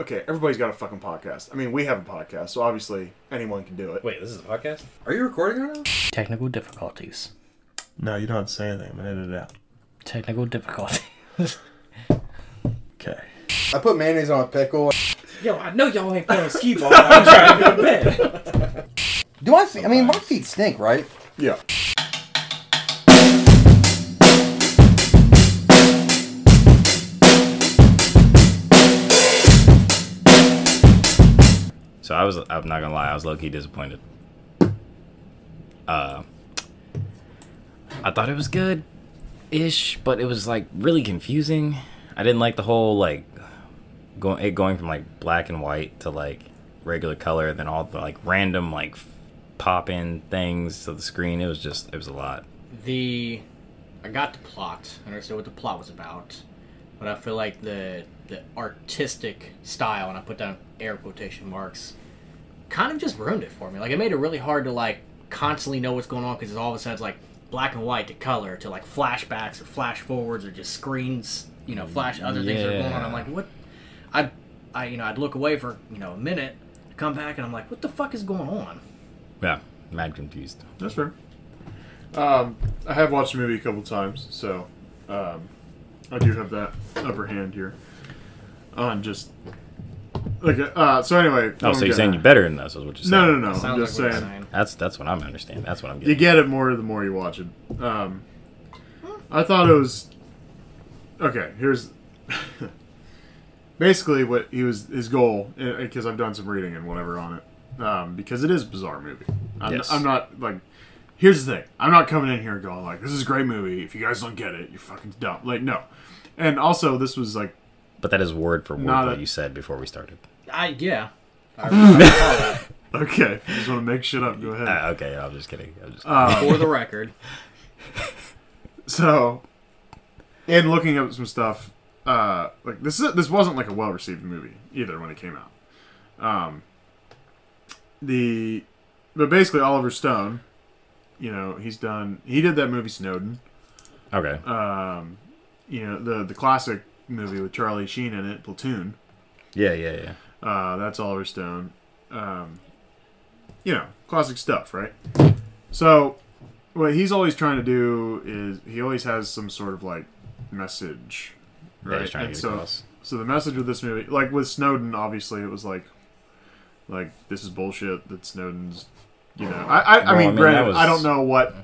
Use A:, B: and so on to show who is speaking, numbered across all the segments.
A: okay, everybody's got a fucking podcast. I mean, we have a podcast, so obviously anyone can do it.
B: Wait, this is a podcast?
C: Are you recording right now?
D: Technical difficulties.
E: No, you don't have to say anything. I'm gonna edit it out.
D: Technical difficulties.
E: Okay.
C: I put mayonnaise on a pickle.
B: Yo, I know y'all ain't playing skee ball. I'm trying to go to bed.
C: Do my feet? I mean, my feet stink, right?
A: Yeah.
B: So I was, I'm not gonna lie, I was low key disappointed. Uh, I thought it was good ish, but it was like really confusing. I didn't like the whole like going it going from like black and white to like regular color, and then all the like random like pop in things to the screen. It was just, it was a lot.
F: the I got the plot, I understood what the plot was about, but I feel like the the artistic style, and I put down air quotation marks, kind of just ruined it for me. Like it made it really hard to like constantly know what's going on because it's all of a sudden it's like black and white to color to like flashbacks or flash forwards or just screens, you know, flash other things that are going on. I'm
B: Yeah.
F: like, what? I, I you know, I'd look away for you know a minute, come back, and I'm like, what the fuck is going on?
B: Yeah, mad confused.
A: That's fair. Um, I have watched the movie a couple times, so um, I do have that upper hand here on just like uh. So anyway,
B: Oh,
A: I'm
B: so you're
A: gonna-
B: saying you're better than us? Is what you're saying?
A: No, no, no. I'm
F: Sounds
A: just
F: like what you're
A: saying.
F: saying.
B: That's that's what I'm understanding. That's what I'm
A: you
B: getting.
A: get it more the more you watch it. Um, I thought it was okay. Here's basically what he was his goal because I've done some reading and whatever on it um, because it is a bizarre movie. I'm,
B: Yes.
A: I'm not like. Here's the thing. I'm not coming in here and going like, "This is a great movie." If you guys don't get it, you're fucking dumb. Like, no. And also, this was like
B: But that is word for word
A: Not
B: what
A: a-
B: you said before we started.
F: I yeah. I,
A: okay. If you just want to make shit up. Go ahead.
B: Ah, okay, I'm just kidding. I'm just
A: Uh,
F: for the record,
A: So, and looking up some stuff, uh, like this is this wasn't like a well received movie either when it came out. Um, the but basically Oliver Stone, you know, he's done he did that movie Snowden,
B: okay.
A: um, you know the the classic movie with Charlie Sheen in it, Platoon.
B: Yeah, yeah, yeah.
A: Uh, that's Oliver Stone. Um, you know, classic stuff, right? So, what he's always trying to do is he always has some sort of like message,
B: That he's
A: right?
B: trying to
A: And
B: get
A: so,
B: across.
A: so the message with this movie, like with Snowden, obviously it was like, like this is bullshit that Snowden's, you know. I, I, I
B: Well, I
A: mean,
B: mean,
A: granted,
B: that was-
A: I don't know what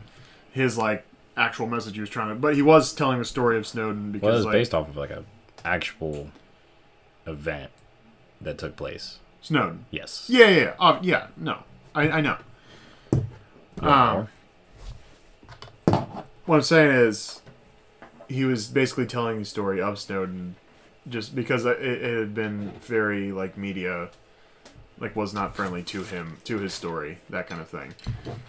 A: his like actual message he was trying to, but he was telling the story of Snowden because
B: Well, it was
A: like
B: based off of like a actual event that took place.
A: Snowden.
B: Yes.
A: Yeah, yeah, yeah. Uh, yeah no, I, I know. Um, what I'm saying is, he was basically telling the story of Snowden, just because it, it had been very like media, like was not friendly to him, to his story, that kind of thing.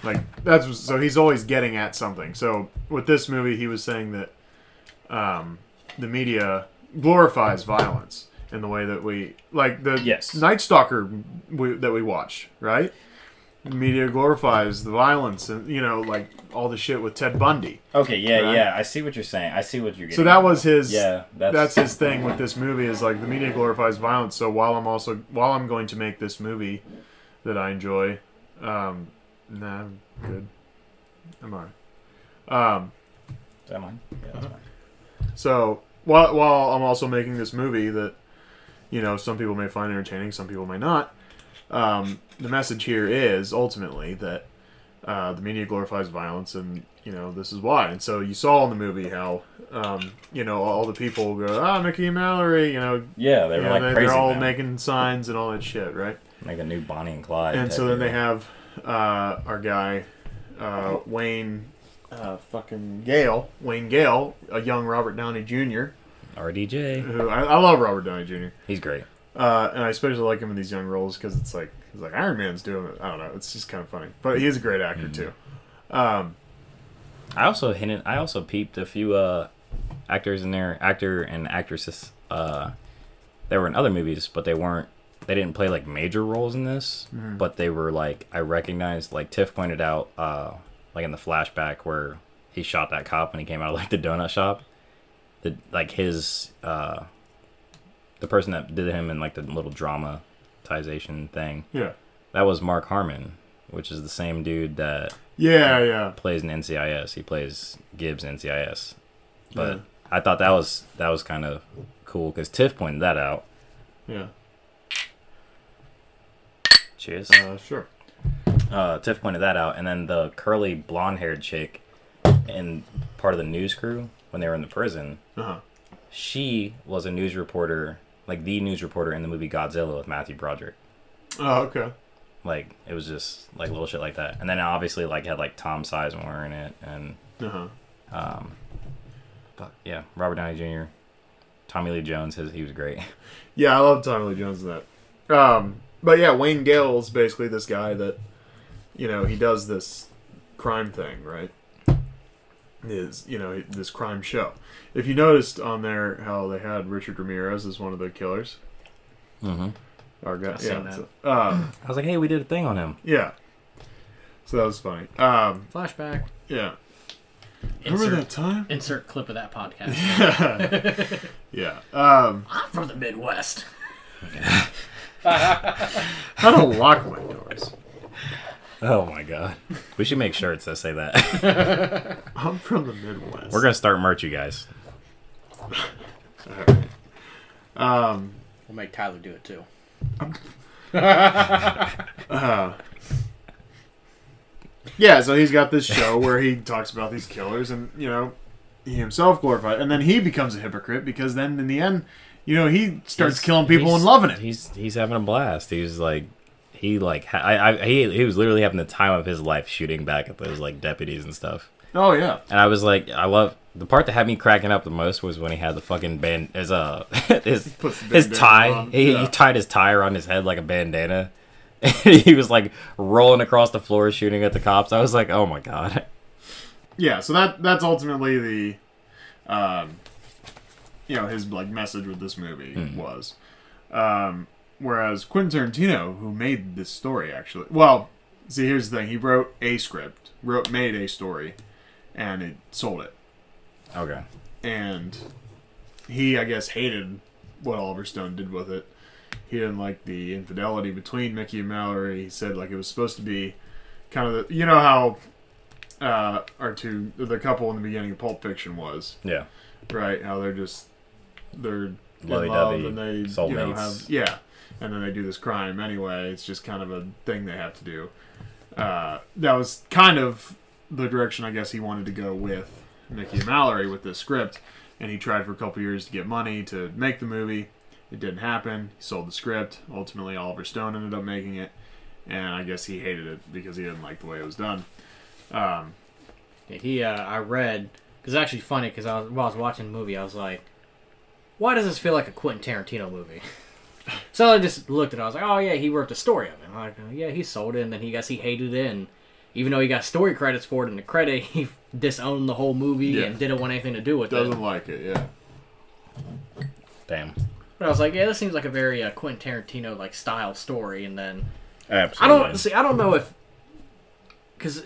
A: Like that's so he's always getting at something. So with this movie, he was saying that um, the media glorifies violence in the way that we like the
B: Yes.
A: Night Stalker we, that we watch, right? The media glorifies the violence and you know like all the shit with Ted Bundy.
B: Okay. Yeah.
A: Right.
B: Yeah. I see what you're saying. I see what you're getting.
A: So that was his.
B: Yeah,
A: That's,
B: that's-
A: his thing with this movie is like the media glorifies violence. So while I'm also while I'm going to make this movie that I enjoy, um, nah, I'm good. I'm alright. Um,
B: Is that mine? Yeah,
A: Uh-huh.
B: that's mine.
A: so while while I'm also making this movie that you know some people may find entertaining, some people may not. Um, the message here is ultimately that uh, the media glorifies violence, and you know this is why. And so you saw in the movie how um, you know all the people go ah Mickey and Mallory, you know,
B: Yeah, they
A: you
B: were
A: know,
B: like
A: they,
B: crazy.
A: they're all
B: about it.
A: making signs and all that shit, right?
B: like a new Bonnie and Clyde.
A: And
B: type
A: so then
B: of-
A: they have uh, our guy uh, Wayne uh, fucking Gale, Wayne Gale, a young Robert Downey Jr.
B: RDJ.
A: Who I, I love Robert Downey Jr.
B: He's great.
A: Uh, and I especially like him in these young roles because it's like it's like Iron Man's doing it. I don't know. It's just kind of funny, but he is a great actor
B: Mm-hmm.
A: too.
B: I also hinted. I also peeped a few uh, actors in there, actor and actresses. Uh, they were in other movies, but they weren't. They didn't play like major roles in this, but they were like I recognized. Like Tiff pointed out, uh, like in the flashback where he shot that cop when he came out of like the donut shop. The like his uh, the person that did him in like the little dramatization thing.
A: Yeah.
B: That was Mark Harmon, which is the same dude that
A: Yeah, yeah.
B: plays in NCIS. He plays Gibbs in NCIS. But I thought that was that was kind of cool because Tiff pointed that out.
A: Yeah.
B: Cheers.
A: Uh, sure.
B: Uh, Tiff pointed that out, and then the curly blonde-haired chick and part of the news crew when they were in the prison.
A: Uh-huh.
B: She was a news reporter, like the news reporter in the movie Godzilla with Matthew Broderick.
A: Oh, okay.
B: Like it was just like little shit like that. And then obviously like had like Tom Sizemore in it, and
A: Uh-huh.
B: yeah, Robert Downey Jr., Tommy Lee Jones. His he was great.
A: Yeah, I love Tommy Lee Jones in that. Um, but yeah, Wayne Gale's basically this guy that, you know, he does this crime thing, right? Is you know this crime show? If you noticed on there how they had Richard Ramirez as one of the killers,
B: Mm-hmm.
A: our guy,
F: I've seen
A: yeah,
F: that.
A: so- um,
B: I was like, hey, we did a thing on him.
A: yeah. So that was funny. Um,
F: Flashback.
A: yeah.
F: Insert,
A: time?
F: insert clip of that podcast.
A: Yeah. Um,
F: I'm from the Midwest.
A: I don't lock my doors.
B: Oh my god, we should make shirts that say that.
A: I'm from the Midwest.
B: We're gonna start merch, you guys.
A: Um,
F: We'll make Tyler do it too.
A: Yeah, so he's got this show where he talks about these killers, and you know, he himself glorified, and then he becomes a hypocrite because then in the end, you know, he starts
B: He's-
A: killing people
B: he's-
A: and loving it.
B: He's he's having a blast. He's like he like ha- I, I he he was literally having the time of his life shooting back at those like deputies and stuff.
A: Oh yeah,
B: And I was like, I love the part that had me cracking up the most was when he had the fucking band his uh his
A: puts the
B: his
A: bandana
B: tie
A: on,
B: he,
A: yeah.
B: he tied his tie around his head like a bandana. he was like rolling across the floor shooting at the cops. I was like, oh my god.
A: yeah. So that that's ultimately the, um, you know, his like message with this movie
B: Hmm.
A: was, um, whereas Quentin Tarantino, who made this story actually, well, see, here's the thing: he wrote a script, wrote made a story, and it sold it.
B: Okay.
A: and he I guess hated what Oliver Stone did with it. He didn't like the infidelity between Mickey and Mallory. He said like it was supposed to be kind of the you know how uh, our two the couple in the beginning of Pulp Fiction was
B: Yeah.
A: right how they're just they're in love
B: Lovey-dovey,
A: and they you know, have
B: soulmates.
A: yeah and then they do this crime anyway it's just kind of a thing they have to do uh, that was kind of the direction i guess he wanted to go with mickey and mallory with this script and he tried for a couple years to get money to make the movie it didn't happen he sold the script ultimately oliver stone ended up making it and i guess he hated it because he didn't like the way it was done um,
F: Yeah, he, uh, I read, because it's actually funny, because I was, while I was watching the movie, I was like, why does this feel like a Quentin Tarantino movie? so I just looked at it, I was like, oh yeah, he wrote the story of it. I'm like, oh, yeah, he sold it, and then he guess he hated it, and even though he got story credits for it in the credit, he disowned the whole movie
A: Yeah.
F: and didn't want anything to do with it.
A: doesn't like it yeah
B: Damn.
F: But I was like, yeah, this seems like a very uh, Quentin Tarantino like style story, and then I
B: Absolutely.
F: don't see. I don't know if because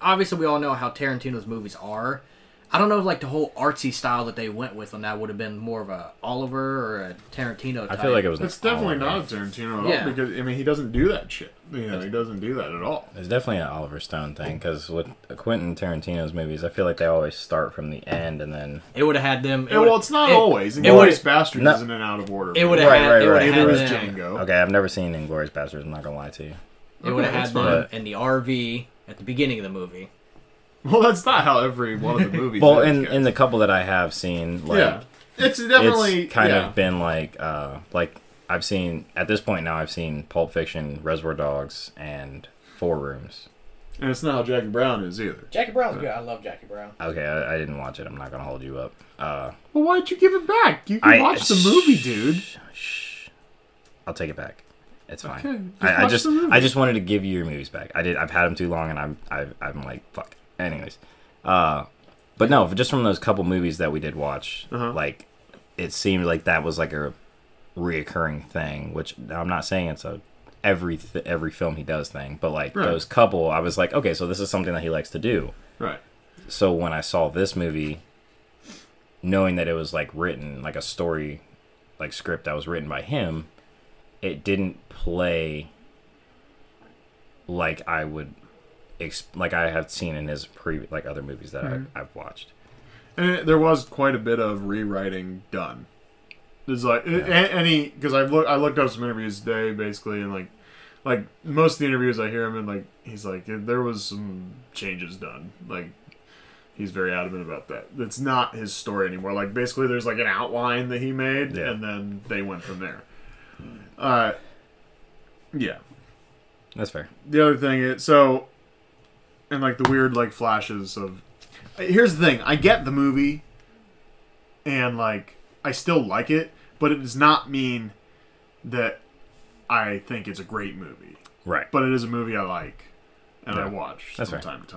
F: obviously we all know how Tarantino's movies are. I don't know if like the whole artsy style that they went with on that would have been more of a Oliver or a Tarantino.
B: I
F: Type.
B: feel like it was an
A: It's definitely
B: Oliver.
A: not a Tarantino at
F: Yeah.
A: all because I mean he doesn't do that shit. You know he doesn't do that at all.
B: It's definitely an Oliver Stone thing because with Quentin Tarantino's movies, I feel like they always start from the end and then
F: it would have had them. It
A: Yeah,
F: would-
A: well, it's not
F: it-
A: always.
F: It would.
A: Inglorious Bastard
B: No.
A: isn't an out of order.
F: It would have
B: Right,
F: had.
B: right,
F: it would
B: right.
F: have
A: Neither
F: had
A: is
F: them.
A: Django.
B: okay, I've never seen Inglorious Bastards. I'm not gonna lie to you.
F: It would
A: Okay,
F: have had
A: that's
F: them
B: fine.
F: in the RV at the beginning of the movie.
A: Well, that's not how every one of the movies.
B: Well,
A: is,
B: in
A: guys.
B: in the couple that I have seen, like
A: yeah, it's definitely
B: it's kind
A: yeah.
B: of been like uh like I've seen at this point now I've seen Pulp Fiction, Reservoir Dogs, and Four Rooms.
A: and it's not how Jackie Brown is either.
F: Jackie Brown's good. I love Jackie Brown.
B: Okay, I, I didn't watch it. I'm not gonna hold you up. Uh,
A: Well, why don't you give it back? You can
B: I-
A: watch the movie, dude.
B: I'll take it back. It's fine.
A: Okay, just
B: I, I
A: watch
B: just
A: the movie.
B: I just wanted to give you your movies back. I did. I've had them too long, and I'm I've, I'm like fuck. Anyways, uh, but no, just from those couple movies that we did watch,
A: Uh-huh.
B: like it seemed like that was like a reoccurring thing. Which I'm not saying it's a every th- every film he does thing, but like
A: Right.
B: those couple, I was like, okay, so this is something that he likes to do.
A: Right.
B: So when I saw this movie, knowing that it was like written like a story like script that was written by him, it didn't play like I would exp- like I have seen in his pre like other movies that
A: Mm-hmm.
B: I, I've watched.
A: And it- there was quite a bit of rewriting done. There's like a- a- any because I look I looked up some interviews today basically and like like most of the interviews I hear him and like he's like "Yeah, there was some changes done like he's very adamant about that. It's not his story anymore. Like basically there's like an outline that he made
B: Yeah.
A: and then they went from there. Uh, yeah
B: That's fair.
A: the other thing is so and like the weird like flashes of here's the thing i get the movie and like i still like it but it does not mean that i think it's a great movie
B: Right.
A: but it is a movie i like and i
B: Yeah.
A: watch
B: That's
A: from
B: fair.
A: time to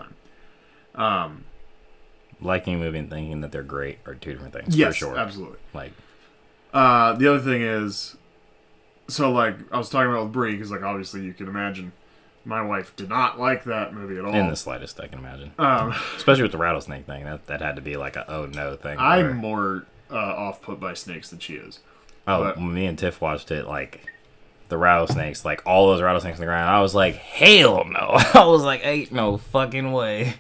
A: time um
B: Liking a movie and thinking that they're great are two different things
A: yes
B: for sure.
A: absolutely
B: Like
A: Uh, the other thing is, so like I was talking about with Bree, because like obviously you can imagine, my wife did not like that movie at all.
B: in the slightest I can imagine.
A: um,
B: Especially with the rattlesnake thing. That that had to be like a oh no thing.
A: I'm
B: where-
A: more uh, off put by snakes than she is.
B: oh
A: but-
B: when me and Tiff watched it like the rattlesnakes, like all those rattlesnakes on the ground. I was like, hell no. I was like, ain't no fucking way.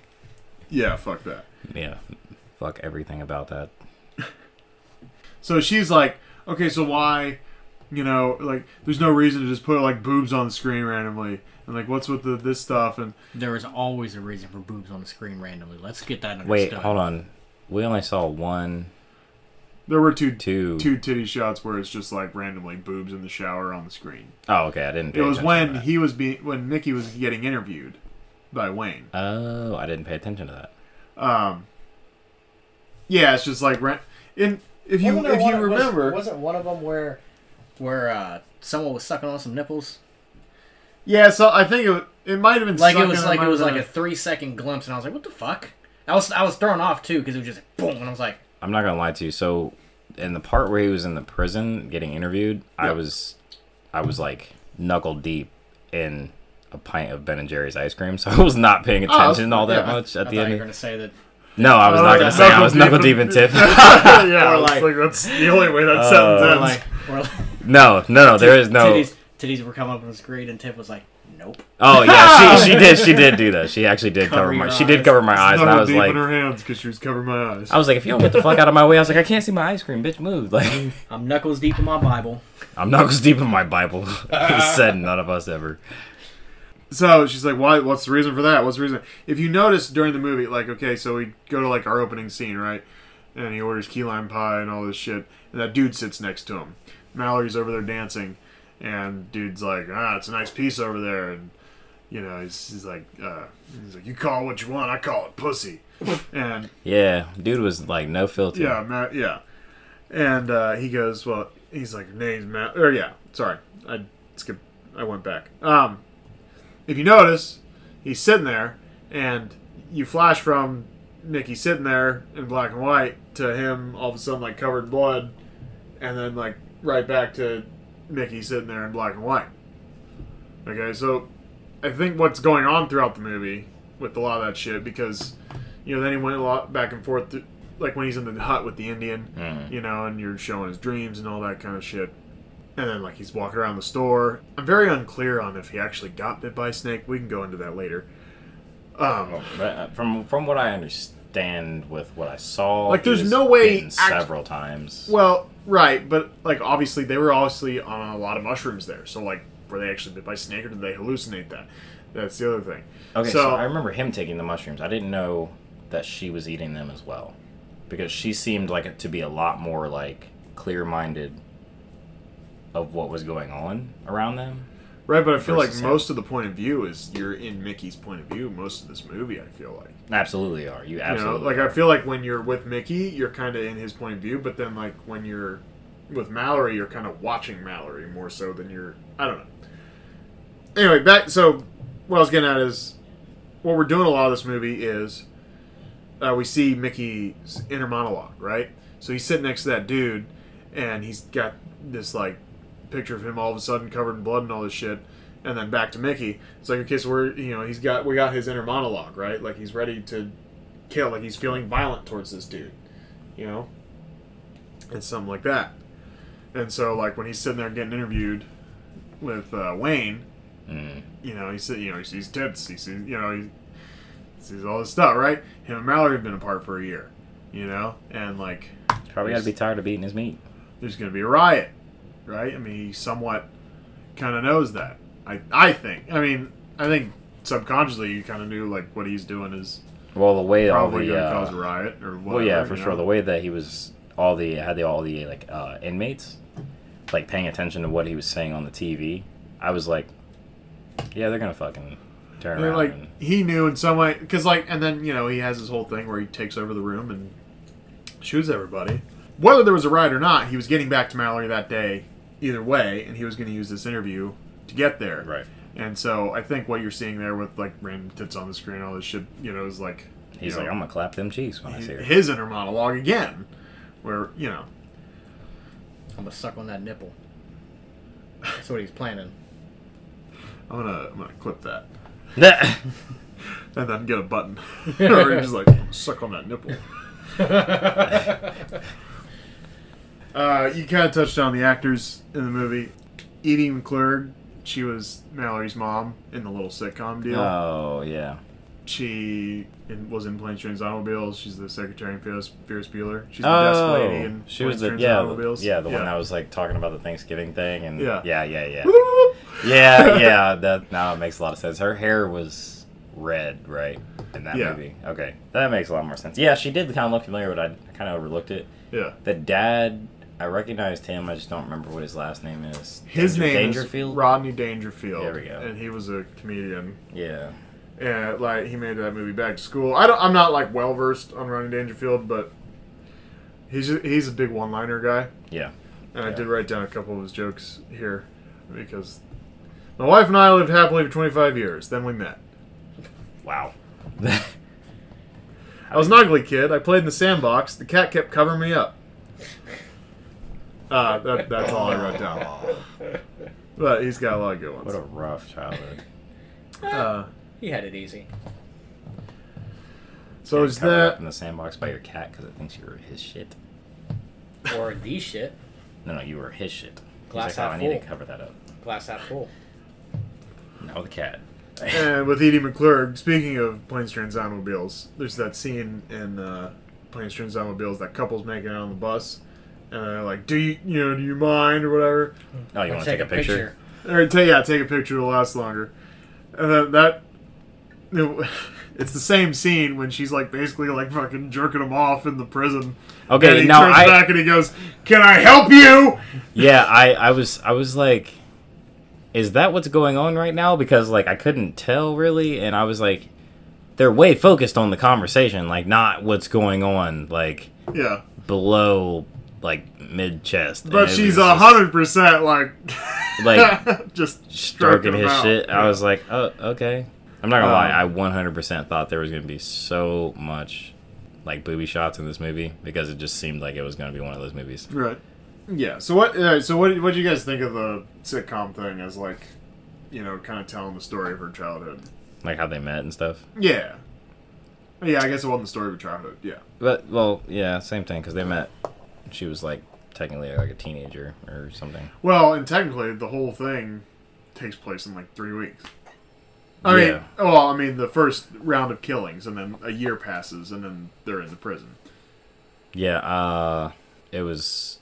A: Yeah, fuck that.
B: Yeah. Fuck everything about that.
A: So she's like, okay, so why, you know, like, there's no reason to just put like boobs on the screen randomly, and like, what's with the this stuff? And
F: There is always a reason for boobs on the screen randomly. Let's get that
B: Wait,
F: understood.
B: hold on. We only saw one,
A: there were two
B: two.
A: two titty shots where it's just like randomly boobs in the shower on the screen.
B: Oh, okay. I didn't. Pay
A: it was
B: attention
A: when
B: to that.
A: he was being when Mickey was getting interviewed by Wayne.
B: Oh, I didn't pay attention to that.
A: Um, yeah, it's just like rent. And if you
F: Wasn't there
A: if
F: one-
A: you
F: was-
A: remember,
F: wasn't one of them where where uh, someone was sucking on some nipples?
A: yeah, so I think it, wa- it might have been
F: Like it
A: sucking,
F: was like
A: might
F: it was
A: have
F: like
A: been-
F: a three second glimpse, and I was like, "What the fuck?" I was I was thrown off too because it was just boom, and I was like,
B: I'm not gonna lie to you. So, in the part where he was in the prison getting interviewed, I
A: Yep.
B: was, I was like knuckle deep in a pint of Ben and Jerry's ice cream, so I was not paying
A: Oh,
B: attention all that
A: yeah.
B: much
F: "I
B: at
F: thought
B: the
F: you were
B: end.
F: going to say that."
B: No, I was
A: Oh,
B: not gonna say I was knuckle deep in Tiff.
A: yeah,
F: Or
A: it's
F: like-
A: like, that's the only way that
B: Oh.
A: sentence
F: Or
A: ends.
F: like, or like
B: No, no, no. There is no.
F: titties, titties were coming up on the screen, and Tiff was like, "Nope."
B: Oh yeah, she she did she did do that. She actually did
F: Cover
B: cover my
F: your
B: she did
F: eyes.
B: cover my eyes, and I
A: Knuckle
B: was
A: deep
B: like.
A: in her hands because she was covering my eyes.
B: I was like, if you don't get the fuck out of my way, I was like, I can't see my ice cream, bitch. Move, like.
F: I'm knuckles deep in my Bible.
B: I'm knuckles deep in my Bible. it said none of us ever.
A: So she's like, "Why? What's the reason for that? What's the reason?" If you notice during the movie, like, okay, so we go to like our opening scene, right? And he orders key lime pie and all this shit, and that dude sits next to him. Mallory's over there dancing, and dude's like, "Ah, it's a nice piece over there," and you know, he's, he's like, uh, "He's like, you call it what you want, I call it pussy," and
B: Yeah, dude was like no filter.
A: yeah, Ma- yeah. And uh, he goes, well, he's like, name's Matt. Or yeah, sorry, I skipped. I went back. Um, if you notice, he's sitting there, and you flash from Mickey sitting there in black and white to him all of a sudden like covered in blood, and then like right back to Mickey sitting there in black and white. Okay, so I think what's going on throughout the movie with a lot of that shit because you know then he went a lot back and forth th- like when he's in the hut with the Indian,
B: Mhm.
A: you know, and you're showing his dreams and all that kind of shit. And then like he's walking around the store. I'm very unclear on if he actually got bit by a snake. We can go into that later. Um,
B: Well, but, uh, from from what I understand with what I saw,
A: Like,
B: he
A: there's
B: was
A: no way
B: bitten
A: act-
B: several times.
A: Well, right, but like obviously they were obviously on a lot of mushrooms there. So like, were they actually bit by a snake or did they hallucinate that? That's the other thing.
B: okay, so,
A: so-
B: I remember him taking the mushrooms. I didn't know that she was eating them as well, because she seemed like to be a lot more like clear minded of what was going on around them.
A: Right, but I feel like
B: Versus him.
A: most of the point of view is you're in Mickey's point of view most of this movie. I feel like
B: Absolutely, are you absolutely
A: you know, like
B: are.
A: I feel like when you're with Mickey, you're kind of in his point of view, but then like when you're with Mallory, you're kind of watching Mallory more so than you're. I don't know. Anyway, back. So what I was getting at is what we're doing a lot of this movie is uh, we see Mickey's inner monologue, right? So he's sitting next to that dude, and he's got this like picture of him all of a sudden covered in blood and all this shit, and then back to Mickey. It's like okay, so we're you know he's got we got his inner monologue, right? Like he's ready to kill, like he's feeling violent towards this dude, you know, and something like that. And so, like when he's sitting there getting interviewed with uh, Wayne,
B: Mm.
A: you know, he said, you know, he sees tits, he sees, you know, he sees all this stuff, right? Him and Mallory have been apart for a year, you know, and like
B: Probably got to be tired of eating his meat.
A: there's going to be a riot, right? I mean, he somewhat kind of knows that. I I think. I mean, I think subconsciously you kind of knew like what he's doing is
B: Well, the way all
A: probably
B: the
A: going to
B: uh,
A: cause a riot or whatever.
B: well, yeah, for
A: you
B: sure.
A: know?
B: The way that he was all the had the all the like uh, inmates like paying attention to what he was saying on the TV. I was like, yeah, they're gonna fucking turn
A: And,
B: around.
A: like
B: and-
A: he knew in some way because like and then you know he has his whole thing where he takes over the room and shoots everybody whether there was a riot or not he was getting back to mallory that day either way and he was going to use this interview to get there
B: Right.
A: and so i think what you're seeing there with like random tits on the screen all this shit you know is like
B: He's
A: you
B: like,
A: know,
B: I'm gonna clap them cheeks when I see her.
A: his inner monologue again where you know
F: I'm gonna suck on that nipple. That's what he's planning.
A: i'm gonna i'm gonna clip that
B: Nah.
A: and then get a button or just like suck on that nipple. uh, you kind of touched on the actors in the movie. Edie McClurg, she was Mallory's mom in the little sitcom deal.
B: oh yeah,
A: She in, was in Planes, Trains, Automobiles. She's the secretary in Ferris, Ferris Bueller. She's the desk
B: oh,
A: lady in
B: she was
A: Planes,
B: the
A: Trains,
B: yeah,
A: and
B: the,
A: Automobiles.
B: yeah, the one that was like talking about the Thanksgiving thing and
A: Yeah.
B: yeah, yeah, yeah, yeah, yeah. That now it makes a lot of sense. Her hair was red, right, in that
A: Yeah.
B: movie. Okay, that makes a lot more sense. Yeah, she did kind of look familiar, but I, I kind of overlooked it.
A: yeah.
B: The dad, I recognized him. I just don't remember what his last name is.
A: His
B: Danger-
A: name
B: Dangerfield.
A: is Rodney Dangerfield.
B: There we go.
A: And he was a comedian.
B: yeah,
A: Yeah, like he made that movie Back to School. I don't, I'm not like well versed on Ronnie Dangerfield, but he's ju- he's a big one liner guy,
B: yeah.
A: and I did write down a couple of his jokes here because my wife and I lived happily for 25 years. Then we met.
B: Wow.
A: I was an ugly kid. I played in the sandbox. The cat kept covering me up. Uh, that, that's all I wrote down. But he's got a lot of good
B: what
A: ones.
B: a rough childhood.
A: Uh,
F: He had it easy.
A: so is
B: Covered up
A: that
B: in the sandbox by your cat because it thinks you're his shit?
F: Or the shit.
B: No, no, you were his shit. He's
F: Glass
B: like, oh, I
F: half
B: need to
F: full."
B: cover that up.
F: Glass half full.
B: No, the cat.
A: And with Edie McClurg, speaking of Planes, Trains, Automobiles, there's that scene in uh, Planes, Trains, Automobiles that couple's making out on the bus, and they're like, "Do you, you know, do you mind or whatever?"
B: Oh, you want to take, a picture?
A: Or tell yeah, take a picture to last longer. And then that, it's the same scene when she's like basically like fucking jerking him off in the prison. and
B: Okay,
A: he
B: no,
A: turns
B: I
A: back and he goes, "Can I help you?"
B: yeah, I I was I was like, is that what's going on right now? Because like I couldn't tell really, and I was like, they're way focused on the conversation, like not what's going on like
A: Yeah,
B: below like mid chest.
A: but she's a hundred percent like,
B: like
A: just
B: stroking his
A: out.
B: shit. I
A: Yeah.
B: was like, oh, okay. I'm not gonna lie.
A: Um,
B: I 100% thought there was gonna be so much like booby shots in this movie because it just seemed like it was gonna be one of those movies.
A: Right. Yeah. So what? Uh, so what? What do you guys think of the sitcom thing as like, you know, kind of telling the story of her childhood?
B: like how they met and stuff.
A: Yeah. Yeah, I guess it wasn't the story of her childhood. Yeah.
B: But well, yeah, same thing because they met. She was like technically like a teenager or something.
A: Well, and technically, the whole thing takes place in like three weeks. I mean,
B: Yeah.
A: well, I mean, the first round of killings, and then a year passes, and then they're in the prison.
B: Yeah, uh, it was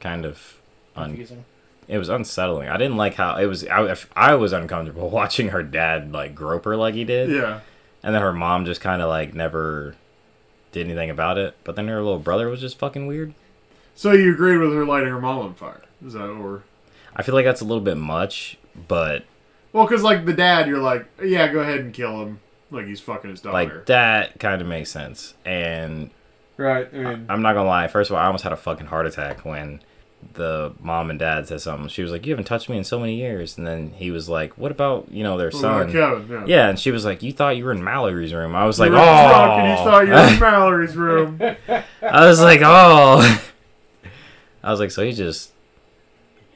B: kind of un-
F: Confusing.
B: it was unsettling. I didn't like how it was. I, I was uncomfortable watching her dad like grope her like he did,
A: Yeah.
B: and then her mom just kind of like never did anything about it. But then her little brother was just fucking weird.
A: So you agreed with her lighting her mom on fire? Is that or?
B: I feel like that's a little bit much, but
A: Well, because like the dad, you're like, yeah, go ahead and kill him, like he's fucking his daughter.
B: like that kind of makes sense. And
A: right. I mean,
B: I'm not gonna lie. First of all, I almost had a fucking heart attack when the mom and dad said something. She was like, "You haven't touched me in so many years," and then he was like, "What about you know their
A: What about
B: son?"
A: Kevin, yeah.
B: Yeah, and she was like, "You thought you were in Mallory's room." I was like,
A: you
B: "Oh,"
A: were drunk and you thought you were in Mallory's room.
B: I was like, "Oh," I was like, "So he just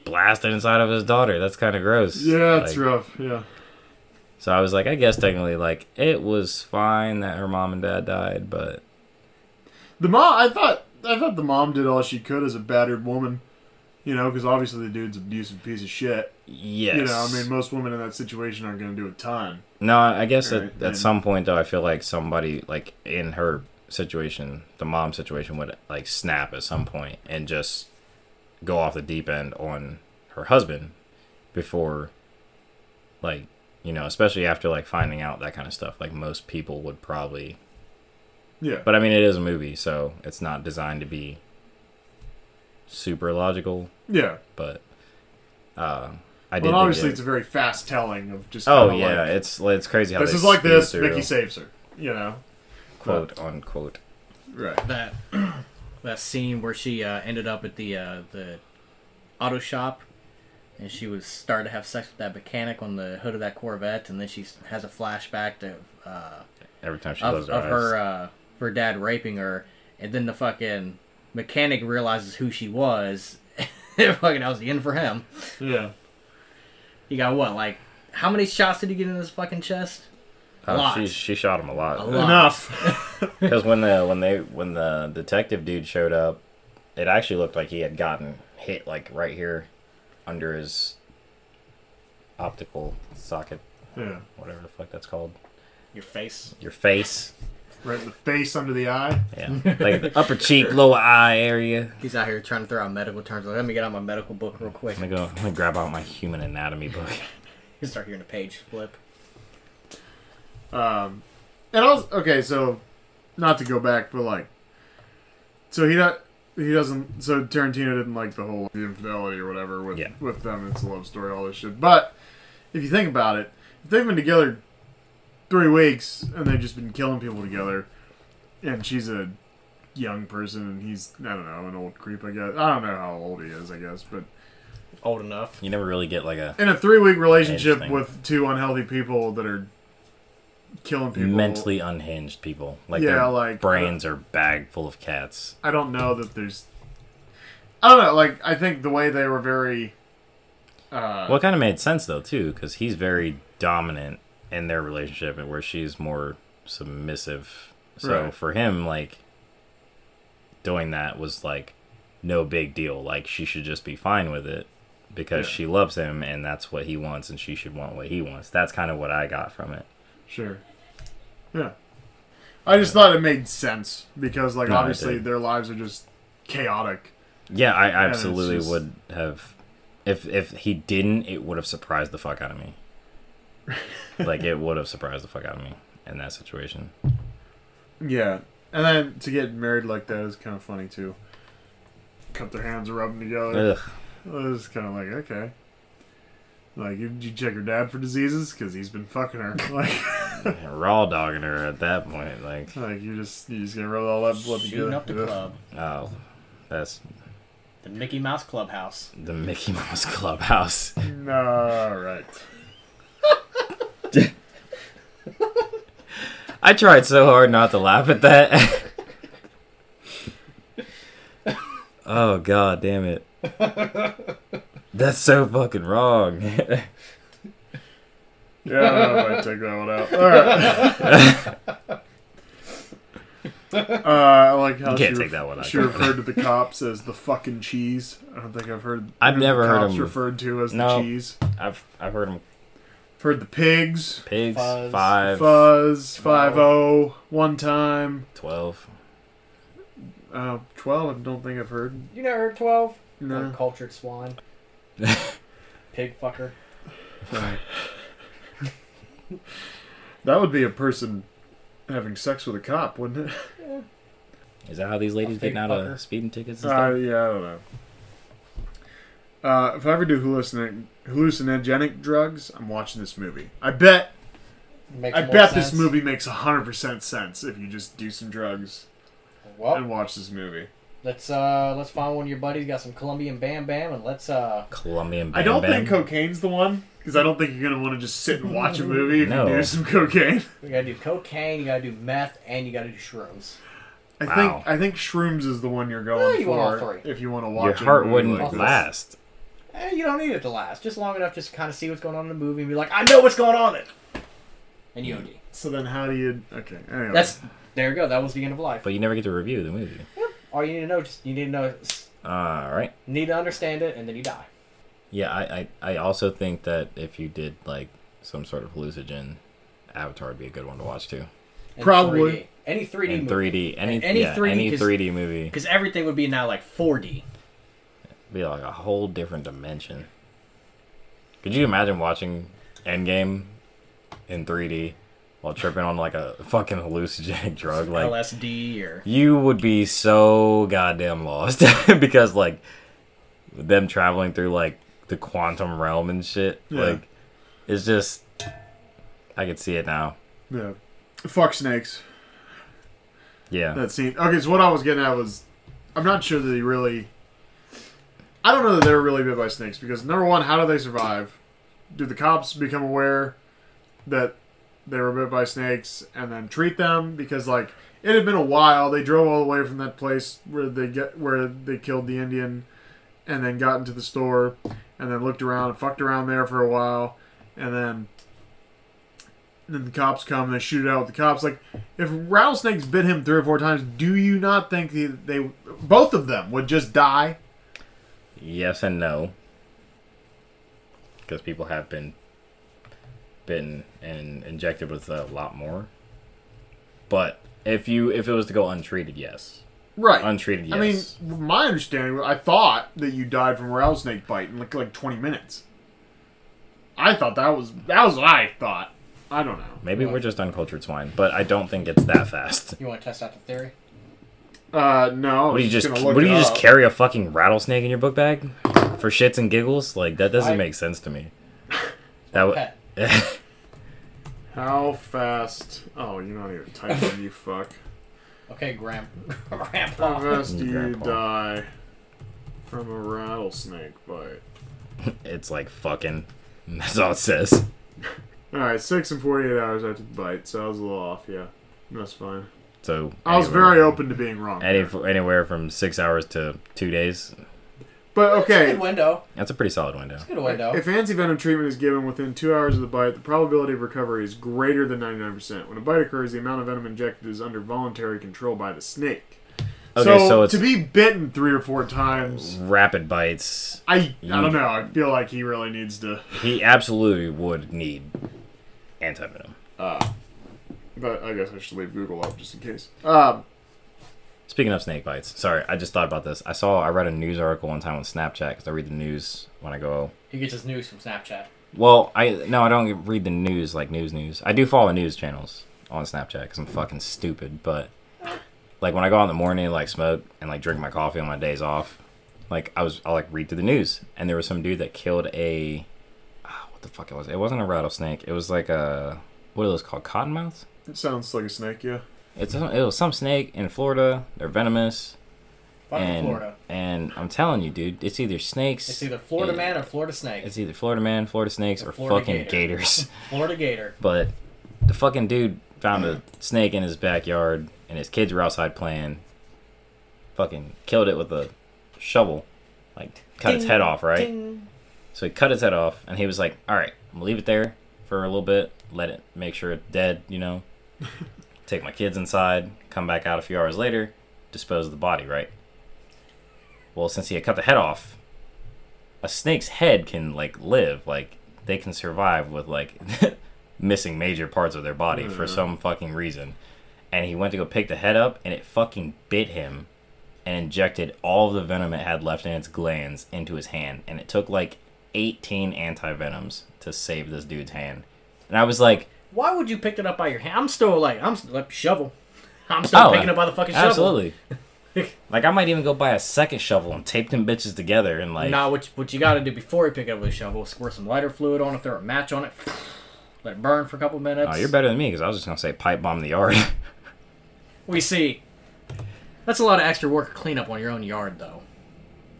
B: blasted inside of his daughter? That's kind of gross."
A: Yeah, it's
B: Like,
A: rough. Yeah.
B: So I was like, "I guess technically, like, it was fine that her mom and dad died, but
A: The mom, I thought, I thought the mom did all she could as a battered woman. You know, because obviously the dude's an abusive piece of shit.
B: Yes.
A: You know, I mean, most women in that situation aren't going to do a ton.
B: No, I guess
A: Right,
B: at, at
A: and-
B: some point though, I feel like somebody like in her situation, the mom situation, would like snap at some point and just go off the deep end on her husband before, like you know, especially after like finding out that kind of stuff. Like most people would probably,
A: Yeah.
B: but I mean, it is a movie, so it's not designed to be super logical,
A: yeah.
B: but uh, I did.
A: Well,
B: think
A: obviously,
B: it-
A: it's a very fast telling of just.
B: oh
A: kinda
B: yeah,
A: like,
B: it's it's crazy how
A: this
B: they
A: is like
B: speed
A: this.
B: through,
A: Mickey saves her. You know.
B: quote unquote.
A: Right.
F: that that scene where she uh, ended up at the uh, the auto shop and she was starting to have sex with that mechanic on the hood of that Corvette, and then she s- has a flashback to uh,
B: Every time she
F: of,
B: closes her
F: of
B: eyes.
F: her uh, her dad raping her, and then the fucking mechanic realizes who she was. fucking, that was the end for him.
A: Yeah.
F: He got what like. How many shots did he get in his fucking chest?
B: Oh,
F: uh, lot.
B: She, she shot him a
F: A
B: lot.
F: lot.
A: Enough.
B: Because when the when they when the detective dude showed up, it actually looked like he had gotten hit like right here, under his optical socket,
A: yeah.
B: whatever the fuck that's called,
F: Your face.
B: your face.
A: Right in the face under the eye.
B: Yeah, like the upper cheek, lower eye area.
F: He's out here trying to throw out medical terms. Let me get out my medical book real quick.
B: I'm gonna go. I'm gonna grab out my human anatomy book.
F: You start hearing a page flip.
A: Um, and also, okay, so not to go back, but like, so he not he doesn't. So Tarantino didn't like the whole the infidelity or whatever with
B: Yeah.
A: with them. It's a love story, all this shit. But if you think about it, if they've been together three weeks and they've just been killing people together, and she's a young person and he's I don't know an old creep, I guess. I don't know how old he is, I guess, but
F: Old enough.
B: You never really get like a
A: in a three week relationship
B: Interesting.
A: with two unhealthy people that are killing people
B: mentally unhinged people. Like
A: Yeah,
B: their
A: like, uh,
B: brains are bag full of cats.
A: I don't know that there's. I don't know. Like I think the way they were very. Uh,
B: Well, it kind of made sense though too, because he's very dominant in their relationship, and where she's more submissive. So
A: Right.
B: for him, like doing that was like no big deal. Like she should just be fine with it because
A: Yeah.
B: she loves him, and that's what he wants, and she should want what he wants. That's kind of what I got from it.
A: Sure. Yeah. I just thought it made sense because, like,
B: No, it
A: obviously
B: did.
A: their lives are just chaotic.
B: Yeah, I
A: it's
B: absolutely
A: just-
B: would have. If if he didn't, it would have surprised the fuck out of me. like it would have surprised the fuck out of me in that situation.
A: Yeah. And then to get married like that is kind of funny too. Cut their hands, rub them together.
B: Ugh.
A: It was kind of like okay. Like, you, you check her dad for diseases because he's been fucking her. Like,
B: raw dogging her at that point. Like,
A: like you just you just gonna rub all that blood
F: Shooting
A: together.
F: up the
A: Ugh.
F: club.
B: oh, that's
F: The Mickey Mouse Clubhouse.
B: the Mickey Mouse Clubhouse.
A: All right.
B: I tried so hard not to laugh at that. oh god, damn it. That's so fucking wrong.
A: Yeah, I don't know if I take that one out. All right. uh, I like how
B: You can't
A: she,
B: take that one out.
A: she referred to the cops as the fucking cheese. I don't think I've heard.
B: I've
A: the
B: never heard
A: cops
B: them-
A: referred to as
B: No.
A: the cheese.
B: I've I've heard him
A: Heard the pigs.
B: pigs
D: Fuzz.
B: five,
A: Fuzz five oh one time.
B: twelve.
A: Uh, Twelve. I don't think I've heard.
F: You never heard 12?
A: No.
F: Cultured swan. Pig fucker.
A: That would be a person having sex with a cop, wouldn't it?
B: Is that how these ladies
F: A
B: getting
F: big
B: out
F: fucker.
B: of speeding tickets and
A: Uh,
B: stuff?
A: yeah, I don't know. Uh, if I ever do hallucin- hallucinogenic drugs, I'm watching this movie. I bet.
C: Makes
A: I
C: more
A: bet this
C: sense.
A: movie makes hundred percent sense if you just do some drugs
F: Well,
A: and watch this movie.
F: let's uh let's find one of your buddies got some Colombian Bam Bam and let's uh
B: Colombian
A: I
B: Bam
A: don't
B: Bam.
A: think cocaine's the one because I don't think you're gonna want to just sit and watch a movie if
B: No.
A: you do some cocaine.
F: we gotta do cocaine, you gotta do meth, and you gotta do shrooms.
A: I
B: Wow.
A: think I think shrooms is the one you're going
F: No, you
A: for
F: want all three.
A: if you want to watch.
B: Your
A: a
B: heart
A: movie
B: wouldn't
A: like this.
B: last.
F: Eh, you don't need it to last. Just long enough just kinda see what's going on in the movie and be like, I know what's going on in it. And you OD.
A: So then, how do you? Okay, anyway.
F: That's there you go, that was the end of life.
B: But you never get to review the movie.
F: All you need to know just you need to know
B: All right.
F: Need to understand it, and then you die.
B: Yeah, I, I, I also think that if you did like some sort of hallucinogen, Avatar would be a good one to watch too.
F: In
A: Probably.
F: 3D. any 3D
B: In
F: movie.
B: 3D, any
F: Any
B: yeah,
F: 3D,
B: any
F: 'cause-
B: 3D movie,
F: Because everything would be now like 4D.
B: be like a whole different dimension. Could you imagine watching Endgame in 3D while tripping on like a fucking hallucinogenic drug? Like
F: LSD or.
B: you would be so goddamn lost because like them traveling through like the quantum realm and shit.
A: Yeah.
B: Like it's just I could see it now.
A: Yeah. Fuck snakes.
B: Yeah.
A: That scene. Okay, so what I was getting at was, I'm not sure that he really. I don't know that they were really bit by snakes because number one, how do they survive? Do the cops become aware that they were bit by snakes and then treat them? Because like it had been a while, they drove all the way from that place where they get where they killed the Indian, and then got into the store, and then looked around and fucked around there for a while, and then. Then the cops come and they shoot it out with the cops. Like, if rattlesnakes bit him three or four times, do you not think they, they both of them would just die?
B: Yes and no. Because people have been bitten and injected with a lot more. But if you if it was to go untreated, yes.
A: Right.
B: Untreated, yes.
A: I mean, my understanding, I thought that you died from a rattlesnake bite in like, like 20 minutes. I thought that was that was what I thought. I don't know.
B: Maybe we're just uncultured swine, but I don't think it's that fast.
F: You want to test out the theory?
A: Uh, no.
B: What do you just what do you just carry a fucking rattlesnake in your book bag for shits and giggles? Like that doesn't
F: I-
B: make sense to me. That would.
F: Pet.
A: How fast? Oh, you're not even typing. you fuck.
F: Okay, Gram-
A: How
F: Grandpa.
A: fast do you
B: Grandpa.
A: die from a rattlesnake bite?
B: it's like fucking. That's all it says.
A: All right, six and 48 hours after the bite, so I was a little off. Yeah, that's fine.
B: So
A: I was
B: anyway.
A: very open to being wrong.
B: Any, anywhere from six hours to two days.
A: But okay,
F: Good window.
B: That's a pretty solid window.
F: Good window.
A: if antivenom treatment is given within two hours of the bite, the probability of recovery is greater than 99%. When a bite occurs, the amount of venom injected is under voluntary control by the snake.
B: Okay,
A: so,
B: so it's-
A: to be bitten three or four times,
B: Rapid bites.
A: I I don't know. I feel like he really needs to.
B: He absolutely would need antivenom,
A: But I guess I should leave Google up just in case. Um,
B: Speaking of snake bites, sorry, I just thought about this. I saw, I read a news article one time on Snapchat because I read the news when I go.
F: He gets his news from Snapchat.
B: Well, I no, I don't read the news like news news. I do follow news channels on Snapchat because I'm fucking stupid. But like when I go out in the morning, like smoke and like drink my coffee on my days off, like I was I like read through the news and there was some dude that killed a ah, what the fuck it was. It wasn't a rattlesnake. It was like a what are those called? Cottonmouths.
A: it sounds like a snake, yeah.
B: It's some- it was some snake in Florida. They're venomous.
F: Fucking
B: and,
F: Florida.
B: And I'm telling you, dude, it's either snakes.
F: It's either Florida
B: it-
F: man or Florida snake.
B: It's either Florida man, Florida snakes, or,
F: Or Florida
B: fucking
F: gator.
B: gators.
F: Florida gator.
B: But the fucking dude found a snake in his backyard, and his kids were outside playing. Fucking killed it with a shovel, like cut its head off, right? So he cut its head off, and he was like, "All right, I'm gonna leave it there for a little bit, let it make sure it's dead, you know. Take my kids inside, come back out a few hours later, dispose of the body, right? Well, since he had cut the head off, a snake's head can like live, like they can survive with like missing major parts of their body for some fucking reason. And he went to go pick the head up, and it fucking bit him and injected all of the venom it had left in its glands into his hand. And it took like 18 anti venoms to save this dude's hand. And I was like,
F: Why would you pick it up by your hand? I'm still like, I'm still, like, shovel. I'm still
B: Oh,
F: picking it up by the fucking
B: absolutely. like, I might even go buy a second shovel and tape them bitches together and like.
F: shovel. Now, what, what you gotta do before you pick it up with a shovel, squirt some lighter fluid on it, throw a match on it, let it burn for a couple minutes.
B: Oh, you're better than me because I was just gonna say pipe bomb the yard.
F: We see. That's a lot of extra work cleanup on your own yard, though.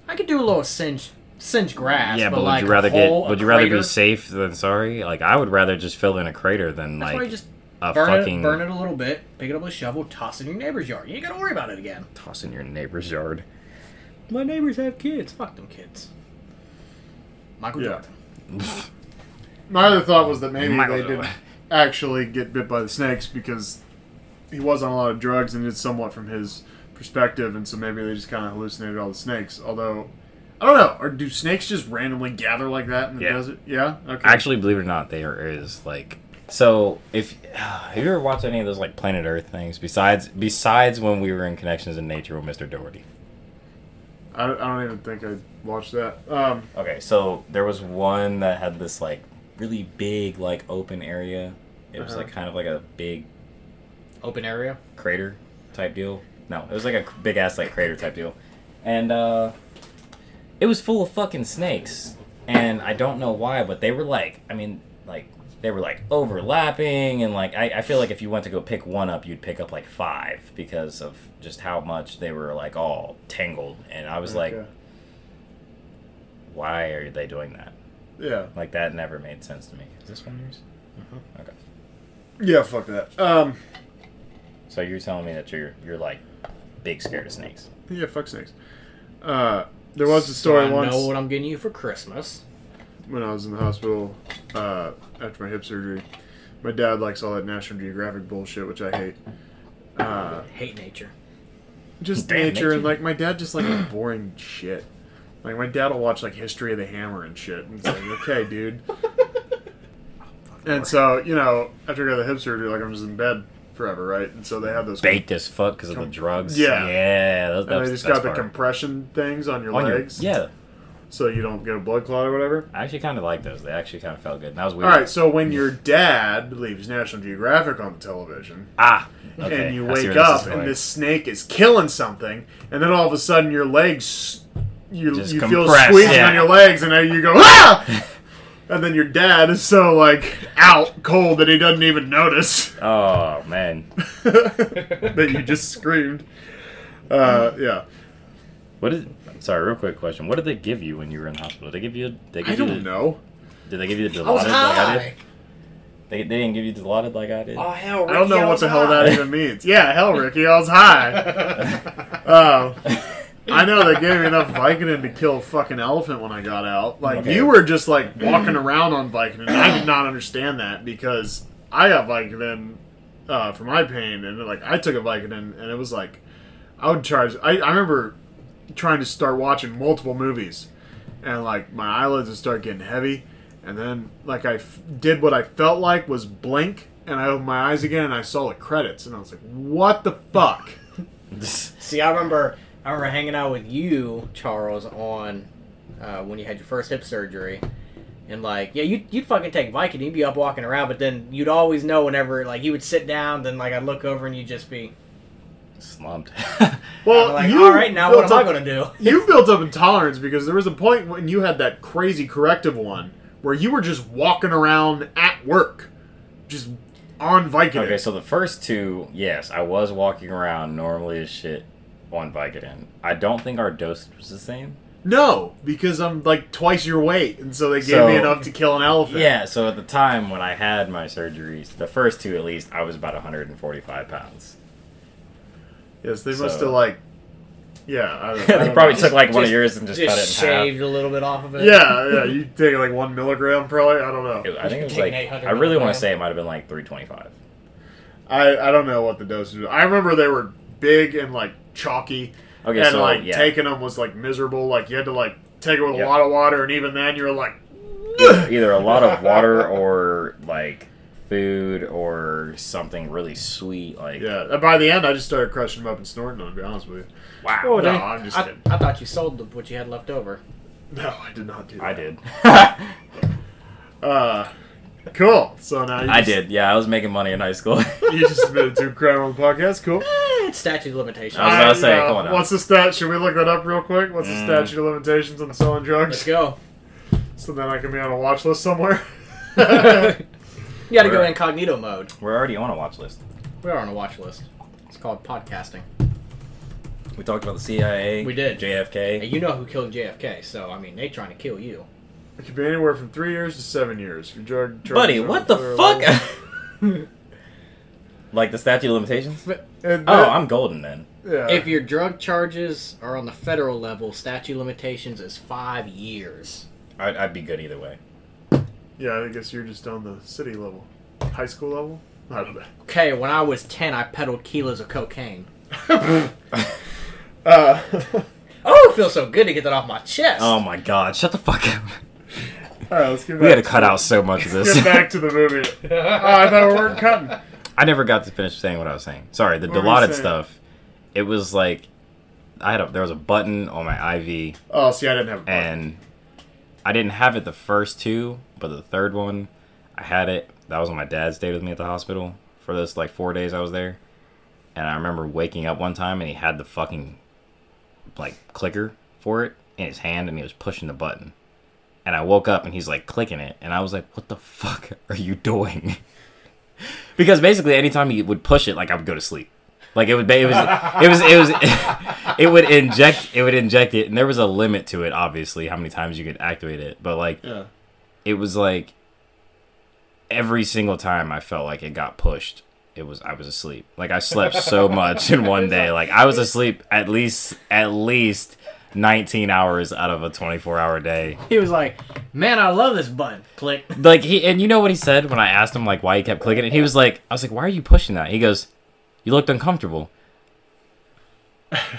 F: I could do a little singe, singe grass.
B: yeah, but,
F: but,
B: would
F: like
B: you rather
F: a hole,
B: get?
F: a
B: Would you rather
F: crater,
B: be safe than sorry? Like I would rather just fill in a crater than
F: That's why
B: like
F: you just
B: a
F: burn
B: fucking
F: it, burn it a little bit, pick it up with a shovel, toss it in your neighbor's yard. You ain't gotta worry about it again.
B: toss in your neighbor's yard.
F: My neighbors have kids. Fuck them kids. Michael
A: Yeah.
F: Jordan.
A: My other thought was that maybe
B: Michael
A: they
B: Jordan.
A: didn't actually get bit by the snakes because he was on a lot of drugs and it's somewhat from his perspective, and so maybe they just kind of hallucinated all the snakes. Although, I don't know. Or do snakes just randomly gather like that in the
B: Yeah.
A: desert? Yeah. Okay.
B: Actually, believe it or not, there is like so. If have you ever watched any of those like Planet Earth things? Besides, besides when we were in Connections in Nature with Mr. Doherty.
A: I, I don't even think I watched that. Um,
B: Okay, so there was one that had this like really big like open area. It was
A: Uh-huh.
B: like kind of like a big
F: Open area.
B: crater type deal. No, it was like a big ass like crater type deal, and uh, it was full of fucking snakes. And I don't know why, but they were like, I mean, like they were like overlapping, and like I, I feel like if you went to go pick one up, you'd pick up like five because of just how much they were like all tangled. And I was like,
A: okay.
B: why are they doing that?
A: yeah,
B: Like that never made sense to me. Is this one yours? Okay.
A: yeah, fuck that. Um,
B: So you're telling me that you're you're like big scared of snakes.
A: yeah, fuck snakes. Uh, there was a story
F: so I
A: once.
F: know what I'm getting you for Christmas.
A: when I was in the hospital uh, after my hip surgery. My dad likes all that National Geographic bullshit, which I hate. Uh,
F: Hate nature.
A: just
B: Damn
A: nature and
B: nature.
A: like my dad just like boring shit. Like my dad will watch like History of the Hammer and shit, and it's like, okay, dude.
B: Oh,
A: And so you know, after I got the hip surgery, like I'm just in bed forever, right? And so they have those.
B: Baked as fuck because of the drugs.
A: yeah.
B: yeah. That,
A: and
B: that's,
A: they just
B: that's
A: got the
B: hard.
A: compression things on your
B: On your-
A: legs,
B: yeah,
A: so you don't get a blood clot or whatever.
B: I actually kind of like those. They actually kind of felt good. And that was
A: All
B: weird.
A: right, so when your dad leaves National Geographic on the television,
B: Ah. Okay.
A: and you
B: I see
A: wake
B: where this
A: up
B: is
A: and
B: going.
A: this snake is killing something, and then all of a sudden your legs, you
B: Just
A: you feel
B: compressed,
A: squeezing
B: yeah.
A: on your legs, and then you go ah, and then your dad is so like out cold that he doesn't even notice
B: Oh man.
A: that you just screamed. Uh, yeah,
B: What is? Sorry, real quick question. What did they give you when you were in hospital? Did they give you? They give
A: I
B: you
A: don't
B: the,
A: know.
B: Did they give you the
F: I was
B: dilaudid like Oh, I
F: high.
B: did? They, they didn't give you dilaudid like I did.
F: Oh hell,
A: I don't
F: Ricky,
A: know what
F: was
A: the hell
F: high.
A: that even means. Yeah, hell, Ricky, I was high. Oh. I know they gave me enough Vicodin to kill a fucking elephant when I got out. Like
B: Okay.
A: you were just like walking around on Vicodin. I did not understand that because I got Vicodin uh, for my pain, and like I took a Vicodin, and it was like I would charge. I, I remember trying to start watching multiple movies, and like my eyelids would start getting heavy, and then like I f- did what I felt like was blink, and I opened my eyes again, and I saw the credits, and I was like, "What the fuck."
F: See, I remember, I remember hanging out with you, Charles, on uh, when you had your first hip surgery, and like, yeah, you you'd fucking take Vicodin, you'd be up walking around, but then you'd always know whenever like you would sit down, then like I'd look over and you'd just be
B: Slumped.
A: Well,
F: like,
A: you
F: all right, now what
A: built
F: am I
A: up-
F: gonna do?
A: You built up intolerance because there was a point when you had that crazy corrective one where you were just walking around at work, just on Vicodin.
B: Okay, so the first two, yes, I was walking around normally as shit on Vicodin. I don't think our dosage was the same.
A: no, because I'm like twice your weight, and so they gave
B: So-
A: me enough to kill an elephant.
B: Yeah, so at the time when I had my surgeries, the first two at least, I was about 145 pounds.
A: Yes, they
B: So-
A: must have like. Yeah, I, I
B: they
A: don't
B: probably
A: know.
B: took like one of
F: Oh, Just-
B: yours and just,
F: Just,
B: cut it in half.
F: shaved a little bit off of it.
A: Yeah, yeah, you take like one milligram, probably. I don't know.
B: It- I think it was
F: Taking
B: like
F: 800
B: I really want
F: milligram.
B: to say it might have been like 325.
A: I, I don't know what the dosage was. I remember they were big and like chalky.
B: Okay,
A: and
B: so
A: like
B: yeah,
A: taking them was like miserable. Like you had to like take it with
B: Yeah.
A: a lot of water, and even then you were like,
B: either, either a lot of water or like food or something really sweet. Like
A: yeah. And by the end, I just started crushing them up and snorting them. To be honest with you,
B: wow,
F: Oh,
A: No,
F: dang.
A: I'm just
F: I-
A: kidding.
F: I thought you sold the, what you had left over.
A: no, I did not do. That.
B: I did.
A: Uh, cool. So now you
B: I
A: just,
B: did. Yeah, I was making money in high school.
A: You just admitted to a crime on the podcast. Cool.
F: Eh, it's statute of limitations.
B: I was about to
A: I,
B: say,
A: uh,
B: come on now.
A: What's the stat? Should we look that up real quick? What's the
B: Mm.
A: statute of limitations on selling drugs?
F: Let's go.
A: So then I can be on a watch list somewhere.
F: You got to go
B: Alright.
F: incognito mode.
B: We're already on a watch list.
F: We are on a watch list. It's called podcasting.
B: We talked about the CIA.
F: We did. And
B: JFK.
F: you know who killed JFK, so I mean, they trying to kill you.
A: It could be anywhere from three years to seven years for drug. charges
B: Buddy,
A: on
B: what the
A: federal
B: fuck?
A: level.
B: like the statute of limitations?
A: And
B: Oh,
A: that-
B: I'm golden then.
A: yeah.
F: If your drug charges are on the federal level, statute limitations is five years.
B: I'd, I'd be good either way.
A: Yeah, I guess you're just on the city level, high school level. I don't know.
F: Okay, when I was ten, I peddled kilos of cocaine.
A: Uh,
F: Oh, it feels so good to get that off my chest.
B: Oh my god, shut the fuck up.
A: all right, let's get back.
B: We had to cut out so much of
A: Get
B: this.
A: back to the movie. Oh, I thought we weren't cutting.
B: I never got to finish saying what I was saying. Sorry, the
A: What were you
B: Dilaudid
A: saying?
B: stuff. It was like I had a there was a button on my IV
A: Oh, see, I didn't have. A button.
B: and I didn't have it the first two, but the third one I had it. That was when my dad stayed with me at the hospital for those like four days I was there. And I remember waking up one time and he had the fucking like clicker for it in his hand and he was pushing the button. And I woke up and he's like clicking it and I was like, What the fuck are you doing? because basically anytime he would push it, like I would go to sleep. Like it would ba- it was it was it was it would inject it would inject it and there was a limit to it obviously how many times you could activate it but like
A: yeah.
B: it was like every single time I felt like it got pushed, it was I was asleep. Like I slept so much in one day. Like I was asleep at least at least 19 hours out of a 24 hour day.
F: He was like, "Man, I love this button." Click.
B: Like he and you know what he said when I asked him like why he kept clicking it. He was like, I was like, why are you pushing that? He goes, you looked uncomfortable.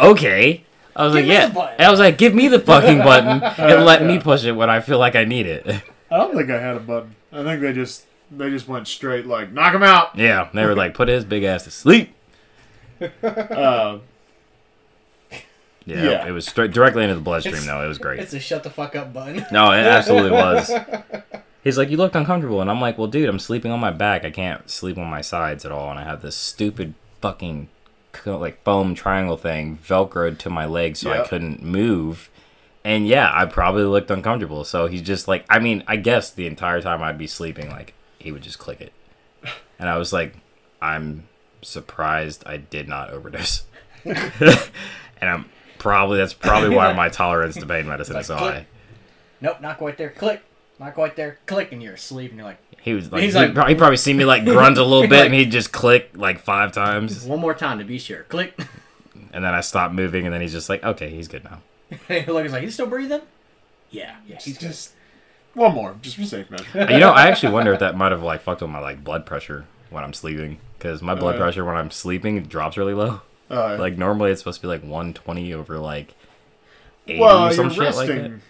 B: Okay. I was
F: Give
B: like,
F: me
B: yeah.
F: the button.
B: And I was like, give me the fucking button and let me push it when I feel like I need it.
A: I don't think I had a button. I think they just they just went straight like knock him out.
B: Yeah, they were like, put his big ass to sleep.
A: Uh,
B: Yeah,
A: Yeah.
B: it was straight directly into the bloodstream
F: It's-
B: though. It was great.
F: It's a shut the fuck up button.
B: No, it absolutely was. He's like, you looked uncomfortable, and I'm like, well, dude, I'm sleeping on my back. I can't sleep on my sides at all, and I have this stupid fucking co- like foam triangle thing velcroed to my legs, so
A: Yeah.
B: I couldn't move. And yeah, I probably looked uncomfortable. So he's just like, I mean, I guess the entire time I'd be sleeping, like he would just click it, and I was like, I'm surprised I did not overdose. and I'm probably that's probably why my tolerance to pain medicine is so
F: Like, click.
B: high.
F: Nope, not quite there. Click. Not quite there. Click, and you're asleep, and you're like,
B: He was like,
F: He's
B: he'd
F: like-
B: pro- he'd probably see me like grunt a little bit,
F: Like-
B: and he'd just click like five times,
F: one more time to be sure. Click.
B: and then I stopped moving, and then he's just like, okay, he's good now.
F: And Logan's like, he's still breathing? Yeah. Yeah, he's just.
A: just one more, just for safe, man.
B: you know, I actually wonder if that might have like fucked with my like blood pressure when I'm sleeping, because my blood
A: Uh.
B: pressure when I'm sleeping drops really low.
A: Uh,
B: Like normally it's supposed to be like 120 over like 80
A: well,
B: or some
A: you're
B: shit like that.
A: resting.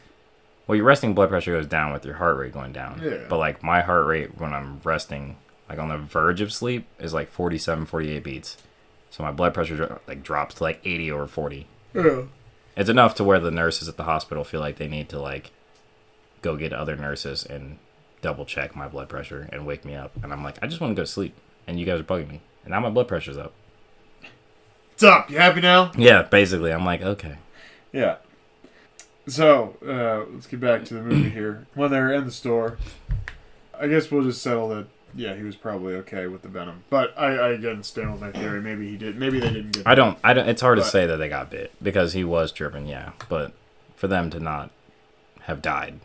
B: Well, your resting blood pressure goes down with your heart rate going down.
A: Yeah.
B: But like my heart rate when I'm resting, like on the verge of sleep, is like 47, 48 beats. So my blood pressure dro- like drops to like 80 over 40.
A: Yeah.
B: It's enough to where the nurses at the hospital feel like they need to like go get other nurses and double check my blood pressure and wake me up. And I'm like, I just want to go to sleep, and you guys are bugging me. And now my blood pressure's up.
A: What's up? You happy now?
B: Yeah, basically, I'm like, okay.
A: Yeah. So uh, let's get back to the movie here. When they're in the store, I guess we'll just settle that. Yeah, he was probably okay with the venom, but I, I again stand with my theory. Maybe he did. Maybe they didn't get.
B: I don't. I don't. It's hard to
A: But-
B: say that they got bit because he was tripping. Yeah, but for them to not have died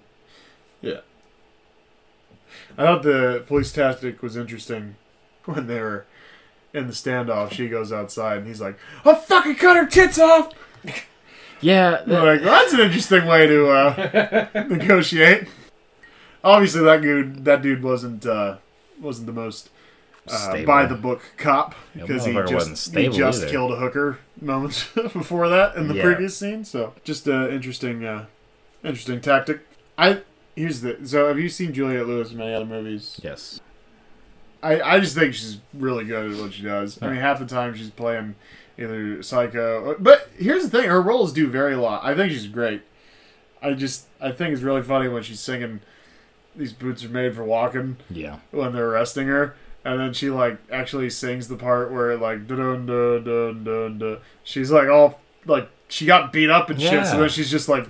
A: I thought the police tactic was interesting when they were in the standoff. She goes outside and he's like, "I'll fucking cut her tits off."
B: Yeah,
A: I'm like well, that's an interesting way to uh, negotiate. Obviously, that dude that dude wasn't uh, wasn't the most uh,
B: Stable.
A: by the book cop
B: Yeah,
A: because he
B: motherfucker
A: just
B: wasn't stable
A: he just
B: either.
A: killed a hooker moments before that in the
B: Yeah.
A: previous scene. So just uh, interesting, uh, interesting tactic. I here's the so have you seen Juliette Lewis in any other movies?
B: yes.
A: I, I just think she's really good at what she does. I mean, half the time she's playing either psycho. Or, but here's the thing: her roles do vary a lot. I think she's great. I just I think it's really funny when she's singing. These boots are made for walking
B: Yeah.
A: when they're arresting her, and then she like actually sings the part where like dun dun dun dun dun. She's like all like she got beat up and shit, so
B: Yeah.
A: then she's just like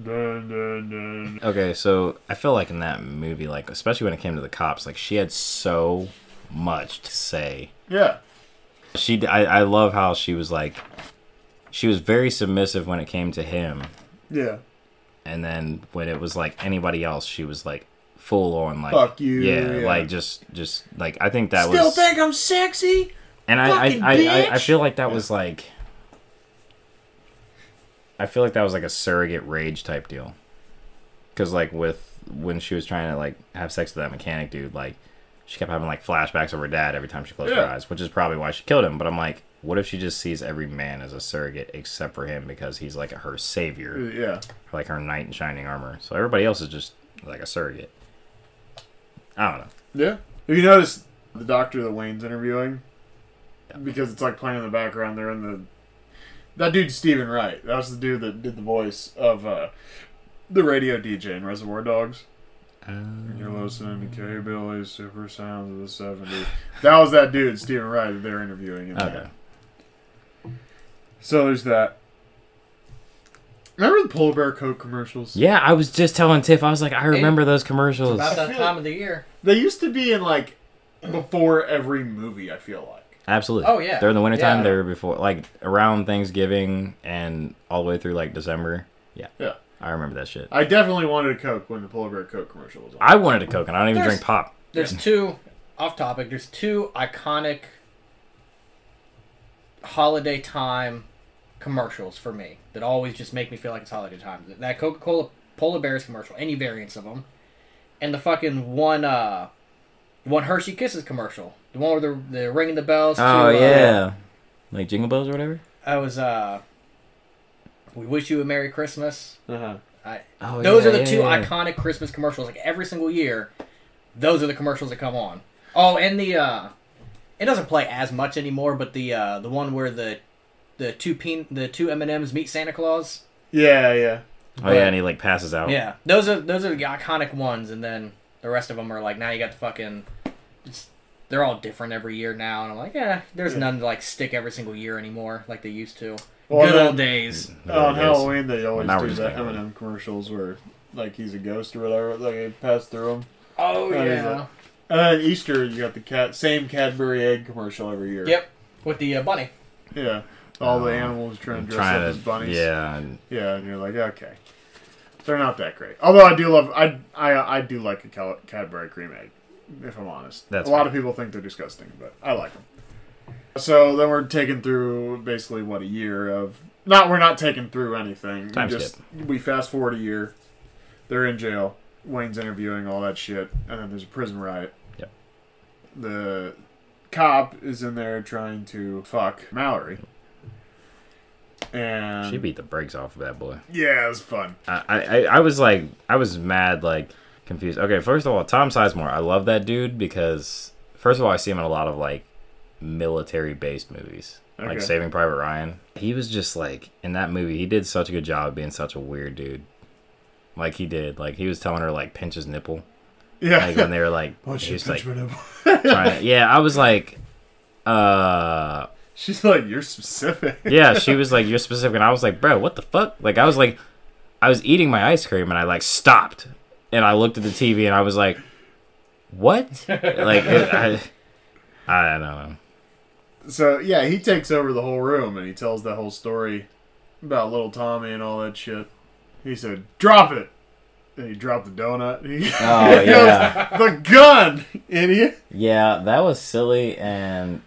A: dun dun dun.
B: Okay, so I feel like in that movie, like especially when it came to the cops, like she had so much to say.
A: Yeah,
B: She, d- I, I love how she was like, she was very submissive when it came to him,
A: yeah.
B: and then when it was like anybody else, she was like full on like
A: Fuck you,
B: yeah,
A: yeah.
B: like just, just like I think that
A: Still
B: was
A: think I'm sexy?
B: And I, I,
A: Fucking
B: I, I, I
A: bitch.
B: feel like that was like, I feel like that was like a surrogate rage type deal, because like with when she was trying to like have sex with that mechanic dude, like she kept having like flashbacks of her dad every time she closed her
A: Yeah.
B: eyes, which is probably why she killed him. But I'm like, what if she just sees every man as a surrogate except for him because he's like her savior,
A: Yeah.
B: like her knight in shining armor. So everybody else is just like a surrogate. I don't know.
A: Yeah. If you notice the doctor that Wayne's interviewing, because it's like playing in the background, they're in the. That dude's Stephen Wright. That was the dude that did the voice of uh, the radio DJ in Reservoir Dogs. You're listening to K Billy Super Sounds of the 70s. That was that dude, Stephen Wright, that they're interviewing. In
B: Okay.
A: okay. So there's that. Remember the Polar Bear Coke commercials?
B: Yeah, I was just telling Tiff. I was like, I remember those commercials.
F: About that
A: feel-
F: time of the year.
A: They used to be in like before every movie, I feel like.
B: Absolutely.
F: Oh, yeah.
B: They're in the wintertime.
F: Yeah.
B: They're before, like around Thanksgiving and all the way through like December. Yeah.
A: Yeah.
B: I remember that shit.
A: I definitely wanted a Coke when the Polar Bear Coke commercial was on.
B: I wanted a Coke and I don't even
F: There's-
B: drink pop.
F: There's two off topic. There's two iconic holiday time commercials for me that always just make me feel like it's holiday time. That Coca-Cola Polar Bears commercial, any variants of them, and the fucking one uh one Hershey Kisses commercial, the one where they're, they're ringing the bells.
B: Oh,
F: to, uh,
B: yeah. Like Jingle Bells or whatever?
F: I was uh, we wish you a Merry Christmas.
A: Uh-huh.
F: I,
B: Oh,
F: those
B: yeah,
F: are the
B: yeah,
F: two
B: yeah, yeah.
F: iconic Christmas commercials. Like every single year, those are the commercials that come on. Oh, and the uh, it doesn't play as much anymore, but the uh, the one where the the two peen the two M and M's meet Santa Claus.
A: Yeah, yeah.
B: Oh, yeah. And he like passes out.
F: Yeah, those are those are the iconic ones, and then the rest of them are like now you got the fucking. It's, they're all different every year now, and I'm like, yeah, there's none to like stick every single year anymore like they used to.
A: Well, Mm-hmm.
F: Good
A: then-
F: old days.
B: There
A: on
B: it is.
A: Halloween, they always
B: Now we're
A: do
B: just
A: the
B: gonna-
A: M&M commercials where like he's a ghost or whatever. Like they pass through him.
F: Oh
A: That is
F: yeah.
A: And then Easter, you got the cat same Cadbury egg commercial every year.
F: Yep, with the uh, bunny.
A: Yeah. All the
B: Um,
A: animals trying to dress
B: Trying
A: up
B: to.
A: as bunnies.
B: Yeah. and-
A: Yeah, and you're like, okay, they're not that great. Although I do love, I I, I do like a Cal- Cadbury cream egg, if I'm honest.
B: That's
A: a lot
B: fair.
A: of people think they're disgusting, but I like them. So then we're taken through basically what a year of not we're not taken through anything.
B: Time
A: we just we fast forward a year. They're in jail. Wayne's interviewing all that shit, and then there's a prison riot.
B: Yep.
A: The cop is in there trying to fuck Mallory. And
B: She beat the brakes off of that boy.
A: yeah, it was fun.
B: I, I, I was like, I was mad, like confused. Okay, first of all, Tom Sizemore, I love that dude because first of all, I see him in a lot of like military-based movies,
A: Okay.
B: like Saving Private Ryan. He was just like in that movie. He did such a good job of being such a weird dude. Like he did, like he was telling her like pinch his nipple,
A: Yeah.
B: like when they were like,
A: Oh,
B: he
A: she
B: was, like
A: pinch my nipple.
B: trying to- yeah. I was like, uh,
A: She's like, you're specific.
B: yeah, she was like, "You're specific," and I was like, "Bro, what the fuck?" Like, I was like, I was eating my ice cream, and I like stopped, and I looked at the TV, and I was like, "What?" like, it- I, I don't know.
A: So yeah, he takes over the whole room and he tells that whole story about little Tommy and all that shit. He said, "Drop it," and he dropped the donut. He
B: Oh yeah,
A: the gun, idiot.
B: yeah, that was silly, and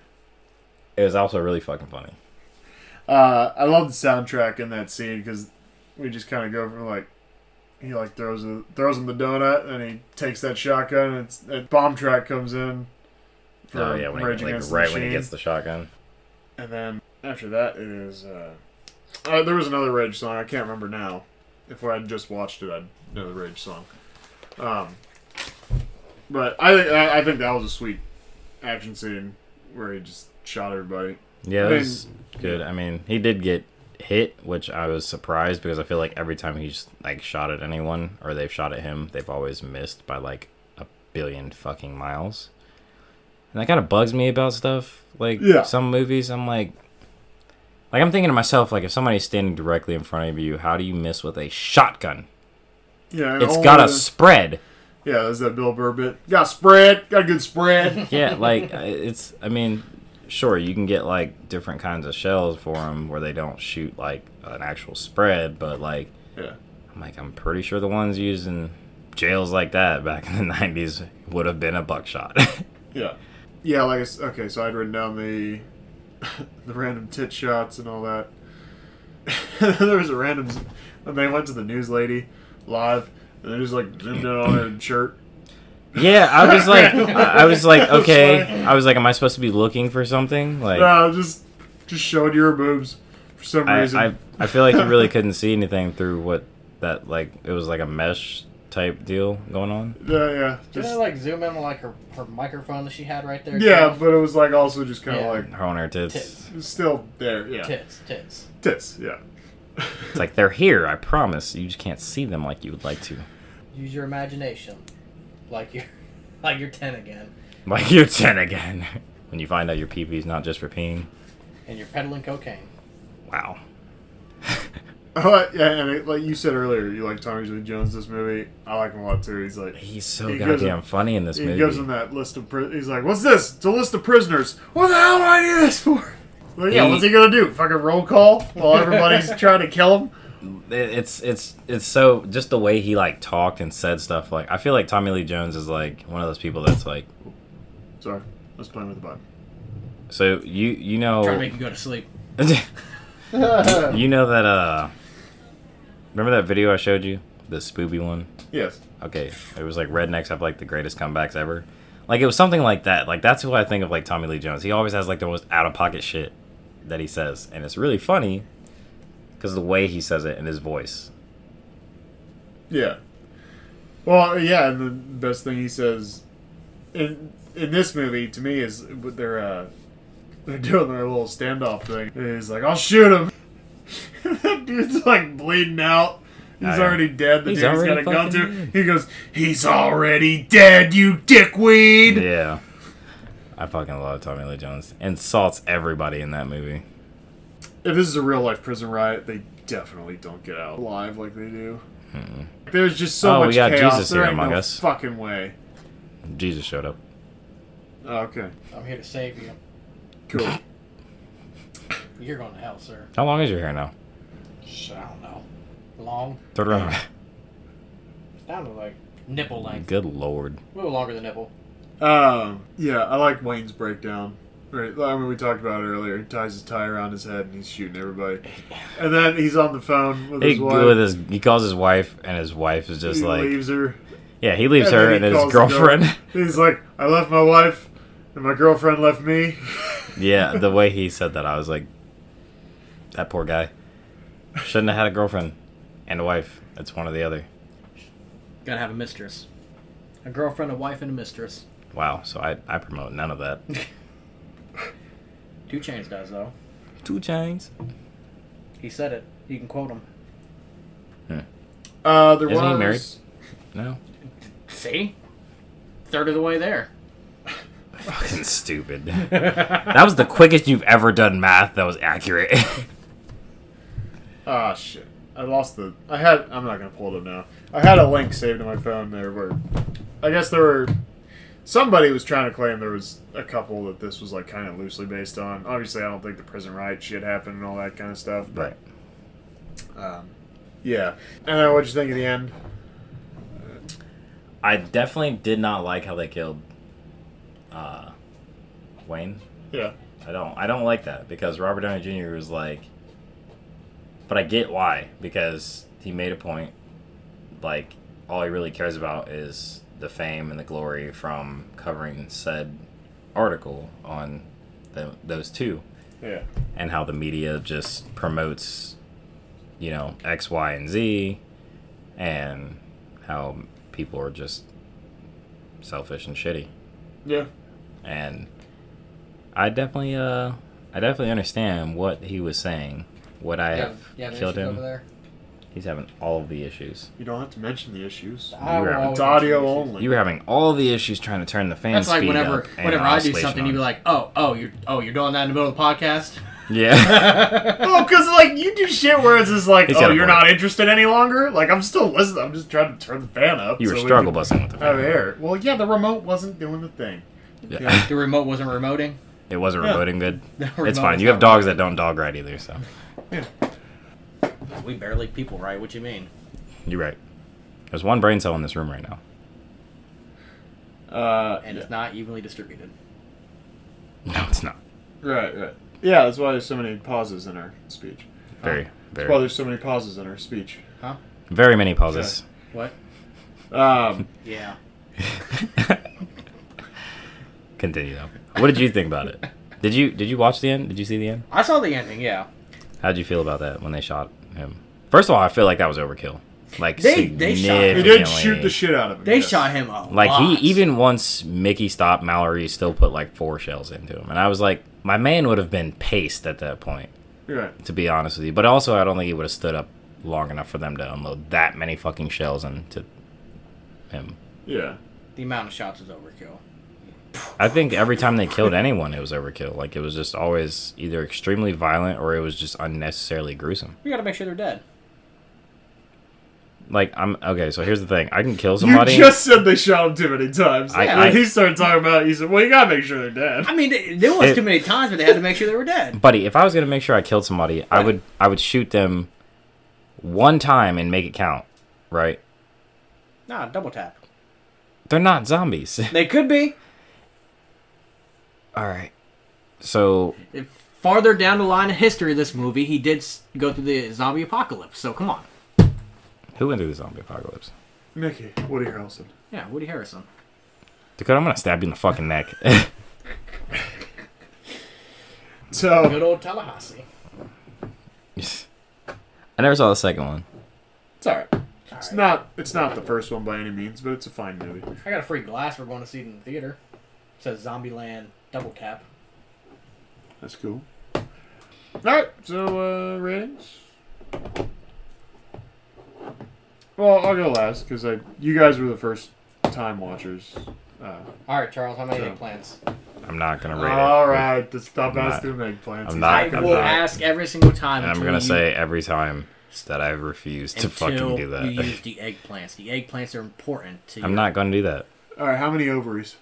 B: it was also really fucking funny.
A: Uh, I love the soundtrack in that scene because we just kind of go from like he like throws a, throws him the donut and he takes that shotgun and it's, that bomb track comes in for
B: Oh yeah, when
A: Rage
B: he, like
A: Against the
B: right when he
A: Machine.
B: gets the shotgun.
A: And then after that, it is. Uh, uh, there was another Rage song. I can't remember now. If I had just watched it, I'd know the Rage song. Um, but I, thi- I I think that was a sweet action scene where he just shot everybody.
B: Yeah,
A: I
B: it
A: mean-
B: was good. I mean, he did get hit, which I was surprised because I feel like every time he's like shot at anyone or they've shot at him, they've always missed by like a billion fucking miles. And that kind of bugs me about stuff like
A: Yeah.
B: some movies. I'm like, like I'm thinking to myself, like if somebody's standing directly in front of you, how do you miss with a shotgun?
A: Yeah, and
B: It's
A: all
B: got a
A: the-
B: spread.
A: Yeah, there's that Bill Burr bit. Got spread. Got a good spread.
B: yeah, like I- it's. I mean, sure, you can get like different kinds of shells for them where they don't shoot like an actual spread, but like
A: yeah.
B: I'm like I'm pretty sure the ones used in jails like that back in the '90s would have been a buckshot.
A: Yeah. Yeah, like I s okay, so I'd written down the the random tit shots and all that. there was a random when they went to the news lady live, and they just like zoomed in on her shirt.
B: yeah, I was like, I I was like,
A: That's
B: okay,
A: funny.
B: I was like, am I supposed to be looking for something? Like,
A: No, just Just showed your boobs for some
B: I,
A: reason.
B: I I feel like you really couldn't see anything through what that like it was like a mesh type deal going on.
A: yeah, Uh, yeah,
F: Did
A: just-
F: I like zoom in on like her, her microphone that she had right there?
A: yeah, but it was like also just kind of
F: Yeah.
A: like
B: Her on her tits.
F: Tits.
A: it's still there. Yeah,
F: Tits, tits.
A: tits. Yeah,
B: It's like they're here. I promise. You just can't see them like you would like to.
F: Use your imagination, like you're, like you're ten again,
B: Like you're ten again. when you find out your pee pee's not just for peeing.
F: and you're peddling cocaine.
B: Wow.
A: Uh, yeah, and it, like you said earlier, you like Tommy Lee Jones. This movie, I like him a lot too. He's like
B: He's so
A: He gives
B: goddamn
A: him-
B: funny in this
A: he
B: movie.
A: gives him that list of. Pri- he's like, "What's this? It's a list of prisoners. What the hell do I do this for?" Like, yeah,
B: He-
A: what's he gonna do? Fucking roll call while everybody's trying to kill him.
B: It- it's it's it's so just the way he like talked and said stuff. Like I feel like Tommy Lee Jones is like one of those people that's like.
A: Sorry, I was playing with the button.
B: So you you
F: Trying to
B: know
F: make you go to sleep.
B: you know that uh. Remember that video I showed you, the Spooby one.
A: Yes.
B: okay, it was like rednecks have like the greatest comebacks ever. Like it was something like that. Like that's who I think of like Tommy Lee Jones. He always has like the most out of pocket shit that he says, and it's really funny because the way he says it and his voice.
A: Yeah. Well, yeah, and the best thing he says in in this movie to me is what they're uh, they're doing their little standoff thing. And he's like, "I'll shoot him." that dude's like bleeding out. He's
B: Oh, yeah.
A: already dead. The
B: He's
A: dude's got
B: already
A: a gun
B: fucking
A: to. him.
B: dead.
A: He goes, "He's already dead, you dickweed."
B: Yeah, I fucking love Tommy Lee Jones. Insults everybody in that movie.
A: If this is a real life prison riot, they definitely don't get out alive like they do. There's just so
B: Oh, we
A: much
B: got
A: chaos.
B: Jesus
A: there
B: here
A: ain't
B: among
A: no
B: us.
A: fucking way.
B: Jesus showed up.
A: Oh, okay,
F: I'm here to save you.
A: cool.
F: You're going to hell, sir.
B: How long is your hair now?
F: Shh, I don't know. Long.
B: Turn
A: Uh,
B: around.
F: It's down to like nipple length.
B: Good lord.
F: A little longer than nipple.
A: Um, yeah, I like Wayne's breakdown. Right, I mean, we talked about it earlier. He ties his tie around his head and he's shooting everybody. And then he's on the phone with his
B: He,
A: wife.
B: with his, he calls his wife, and his wife is just
A: he
B: like,
A: leaves her.
B: yeah, he leaves her
A: then
B: and
A: he
B: his
A: calls the girl.
B: girlfriend.
A: He's like, I left my wife, and my girlfriend left me.
B: Yeah, the way he said that, I was like, that poor guy. Shouldn't have had a girlfriend and a wife. It's one or the other.
F: Gotta have a mistress. A girlfriend, a wife, and a mistress.
B: Wow, so I, I promote none of that.
F: Two Chains does though.
B: Two chains.
F: He said it. You can quote him.
A: Uh, there
B: Isn't he
A: was.
B: married? No.
F: See? Third of the way there.
B: Fucking stupid. that was the quickest you've ever done math that was accurate.
A: Ah, shit. I lost the. I had. I'm not gonna pull it up now. I had a link saved to my phone there where, I guess there were. Somebody was trying to claim there was a couple that this was like kind of loosely based on. Obviously, I don't think the prison riot shit happened and all that kind of stuff. But um, yeah. And then what'd you think of the end?
B: I definitely did not like how they killed uh, Wayne.
A: Yeah.
B: I don't. I don't like that because Robert Downey Jr. was like, but I get why because he made a point. Like all he really cares about is the fame and the glory from covering said article on the, those two
A: Yeah.
B: and how the media just promotes, you know, X, Y, and Z, and how people are just selfish and shitty
A: Yeah.
B: and I definitely uh I definitely understand what he was saying. Would I have killed him?
F: there.
B: He's having all of the issues.
A: You don't have to mention the issues.
B: You were-
A: It's audio only.
B: You were having all the issues trying to turn the fan
F: That's like
B: speed
F: whenever
B: up and
F: whenever I do
B: oscillation
F: something,
B: on.
F: you'd be like, oh, oh, you're oh, you're doing that in the middle of the podcast.
B: yeah.
A: oh, because like you do shit where it's just like,
B: He's
A: oh,
B: got a
A: you're
B: point.
A: not interested any longer. Like I'm still listening. I'm just trying to turn the fan up.
B: you were
A: so we
B: struggle
A: can
B: busting with the
F: Oh,
B: fan.
A: Have air. Well, yeah, the remote wasn't doing the thing.
B: Yeah.
A: Yeah.
F: the remote wasn't remoting.
B: It wasn't
A: Yeah.
B: remoting good.
F: The
B: It's
F: remote's
B: fine. You
F: not
B: have dogs that don't dog right either, so
F: remoting. We barely people, right? What you mean?
B: you're right. There's one brain cell in this room right now.
A: Uh,
F: And it's not evenly distributed.
B: No, it's not.
F: Oh.
A: Right, right. Yeah, that's why there's so many pauses in our speech.
B: Very,
A: That's why
B: very,
A: there's so many pauses in our speech.
F: Huh?
B: very many pauses.
F: What?
A: Um,
F: Yeah.
B: Continue though. What did you think about it? Did you did you watch the end? Did you see the end?
F: I saw the ending. Yeah,
B: How'd you feel about that when they shot him? First of all, I feel like that was overkill. Like
F: They- they shot him.
A: They did shoot the shit out of him.
F: they
A: yes.
F: shot him a
B: Like
F: lot.
B: he even once Mickey stopped Mallory, still put like four shells into him, and I was like, my man would have been paced at that point,
A: You're right.
B: to be honest with you. But also, I don't think he would have stood up long enough for them to unload that many fucking shells into him.
A: Yeah.
F: the amount of shots was overkill.
B: I think every time they killed anyone, it was overkill. Like it was just always either extremely violent or it was just unnecessarily gruesome.
F: We gotta make sure they're dead.
B: Like I'm okay. So here's the thing: I can kill somebody.
A: You just said they shot him too many times.
B: I-
A: Like,
B: I-
A: he started talking about, it, he said, "Well, you gotta make sure they're dead."
F: I mean, th- there was
B: It-
F: too many times where they had to make sure they were dead.
B: buddy if i was gonna make sure i killed somebody i would i would shoot them one time and make it count right
F: Nah, double tap.
B: they're not zombies
F: They could be
B: all right so
F: If farther down the line of history of this movie. He did s- go through the zombie apocalypse. So come on.
B: who went through the zombie apocalypse
A: Mickey, Woody Harrelson.
F: Yeah, Woody Harrison.
B: dakota i'm gonna stab you in the fucking neck
A: So
F: Good old Tallahassee.
B: i never saw the second one
A: it's alright. It's not. It's not the first one by any means, but it's a fine movie.
F: I got a free glass. We're going to see it in the theater. It says Zombieland Double Tap.
A: That's cool. All right, so uh, ratings. Well, I'll go last because I you guys were the first time watchers. Uh,
F: All right, Charles. How many
A: So-
F: egg plants?
B: i'm not gonna rate
A: all
B: it
A: right, just stop
B: I'm not-
A: asking me plans.
B: I'm
F: I
B: not-
F: will
B: not-
F: ask every single time.
B: and i'm
F: until
B: gonna
F: you-
B: say every time that i refuse to fucking
F: until
B: do
F: You
B: that
F: use the eggplants. The eggplants are important to
B: i'm
F: your-
B: not gonna do that
A: All right, how many ovaries?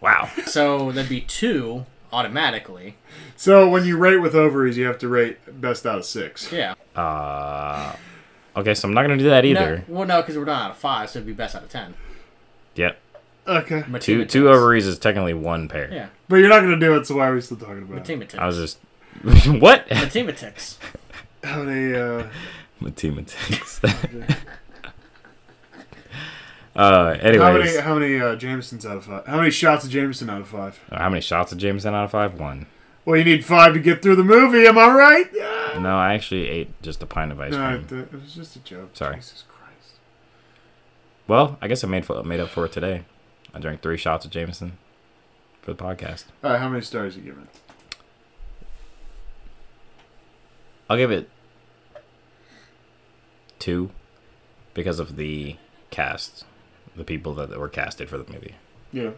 B: wow
F: So there'd be two automatically.
A: So when you rate with ovaries, you have to rate best out of six.
F: Yeah.
B: uh okay so i'm not gonna do that either
F: No, well, no, because we're not out of five, so it'd be best out of ten.
B: yep
A: Okay,
B: two
F: Matematix.
B: two ovaries is technically one pair
F: Yeah.
A: but you're not gonna do it, so why are we still talking about it?
F: Matematics.
B: i was just what
F: Matematics.
A: How many? Uh,
B: Mathematics. uh, anyways,
A: how many? How many uh, Jamesons out of five? How many shots of Jameson out of five?
B: shots of Jameson out of five? One.
A: Well, you need five to get through the movie. Am I right? Yeah.
B: No, I actually ate just a pint of ice
A: No,
B: cream.
A: it, it was just a joke.
B: Sorry.
A: Jesus Christ.
B: Well, I guess I made for, made up for it today. I drank three shots of Jameson for the podcast.
A: All right, how many stars you giving? it?
B: I'll give it two because of the cast, the people that, that were casted for the movie.
A: Yeah.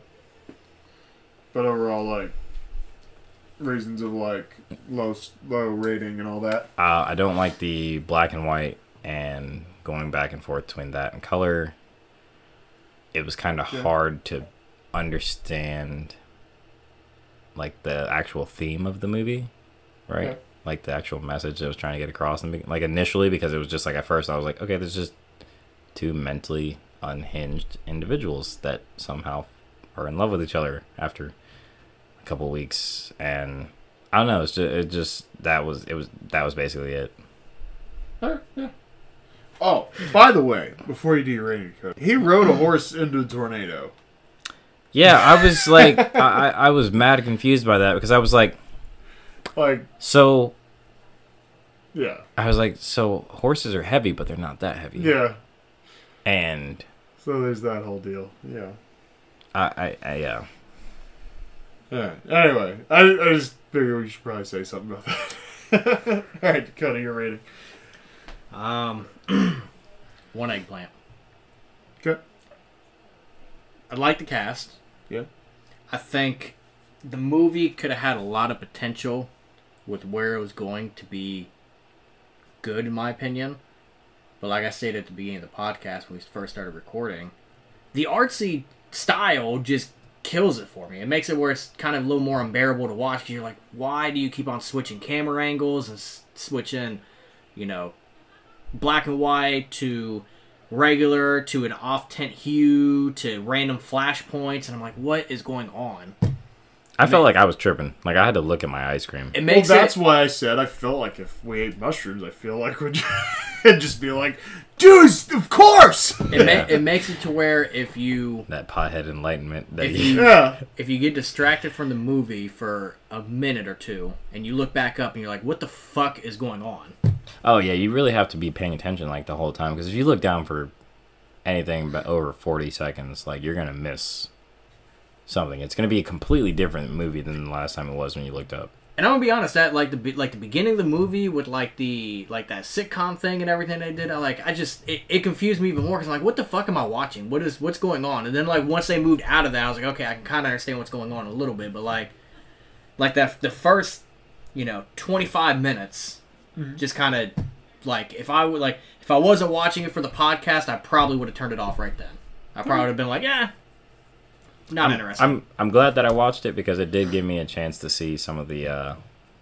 A: But overall, like reasons of like low s- low rating and all that.
B: Uh, I don't like the black and white and going back and forth between that and color. It was kind of
A: Yeah.
B: hard to understand, like the actual theme of the movie, right?
A: Yeah.
B: Like the actual message that was trying to get across. And like initially, because it was just like at first, I was like, okay, there's just two mentally unhinged individuals that somehow are in love with each other after a couple weeks and I don't know. It's just, it just that was it was that was basically it.
A: Oh, by the way, before you do your rating, Cody, he rode a horse into a tornado.
B: Yeah, I was like, I, I I was mad confused by that because I was like,
A: Like,
B: so
A: yeah,
B: I was like, so horses are heavy, but they're not that heavy.
A: yeah.
B: And
A: So there's that whole deal. Yeah.
B: I, I, I yeah.
A: Yeah. Anyway, I, I just figured we should probably say something about that. all right, Cody, your rating.
F: Um, one eggplant.
A: Okay.
F: I like the cast.
A: Yeah.
F: I think the movie could have had a lot of potential with where it was going to be good, in my opinion. But like I stated at the beginning of the podcast when we first started recording, the artsy style just kills it for me. It makes it where it's kind of a little more unbearable to watch. 'cause You're like, why do you keep on switching camera angles and s- switching, you know, black and white to regular to an off tint hue to random flash points and i'm like what is going on
B: I felt like I was tripping. Like I had to look at my ice cream.
F: It
A: Well,
F: makes
A: that's
F: it.
A: why I said I felt like if we ate mushrooms, I feel like we'd it'd just be like, dude, of course.
F: It, ma- it makes it to where if you
B: That pothead enlightenment that
F: If
B: you
F: you-
A: Yeah.
F: if you get distracted from the movie for a minute or two and you look back up and you're like, what the fuck is going on?
B: Oh yeah, you really have to be paying attention like the whole time because if you look down for anything but over forty seconds, like you're gonna miss something. It's gonna be a completely different movie than the last time it was when you looked up.
F: And I'm gonna be honest, that like the be- like the beginning of the movie with like the like that sitcom thing and everything they did, I like I just it, it confused me even more because like what the fuck am I watching? What is what's going on? And then like once they moved out of that, I was like, okay, I can kind of understand what's going on a little bit, but like like that the first you know 25 minutes just kind of like if I would like if I wasn't watching it for the podcast, I probably would have turned it off right then. I probably would have been like, yeah, not interested.
B: I'm I'm glad that I watched it because it did give me a chance to see some of the uh,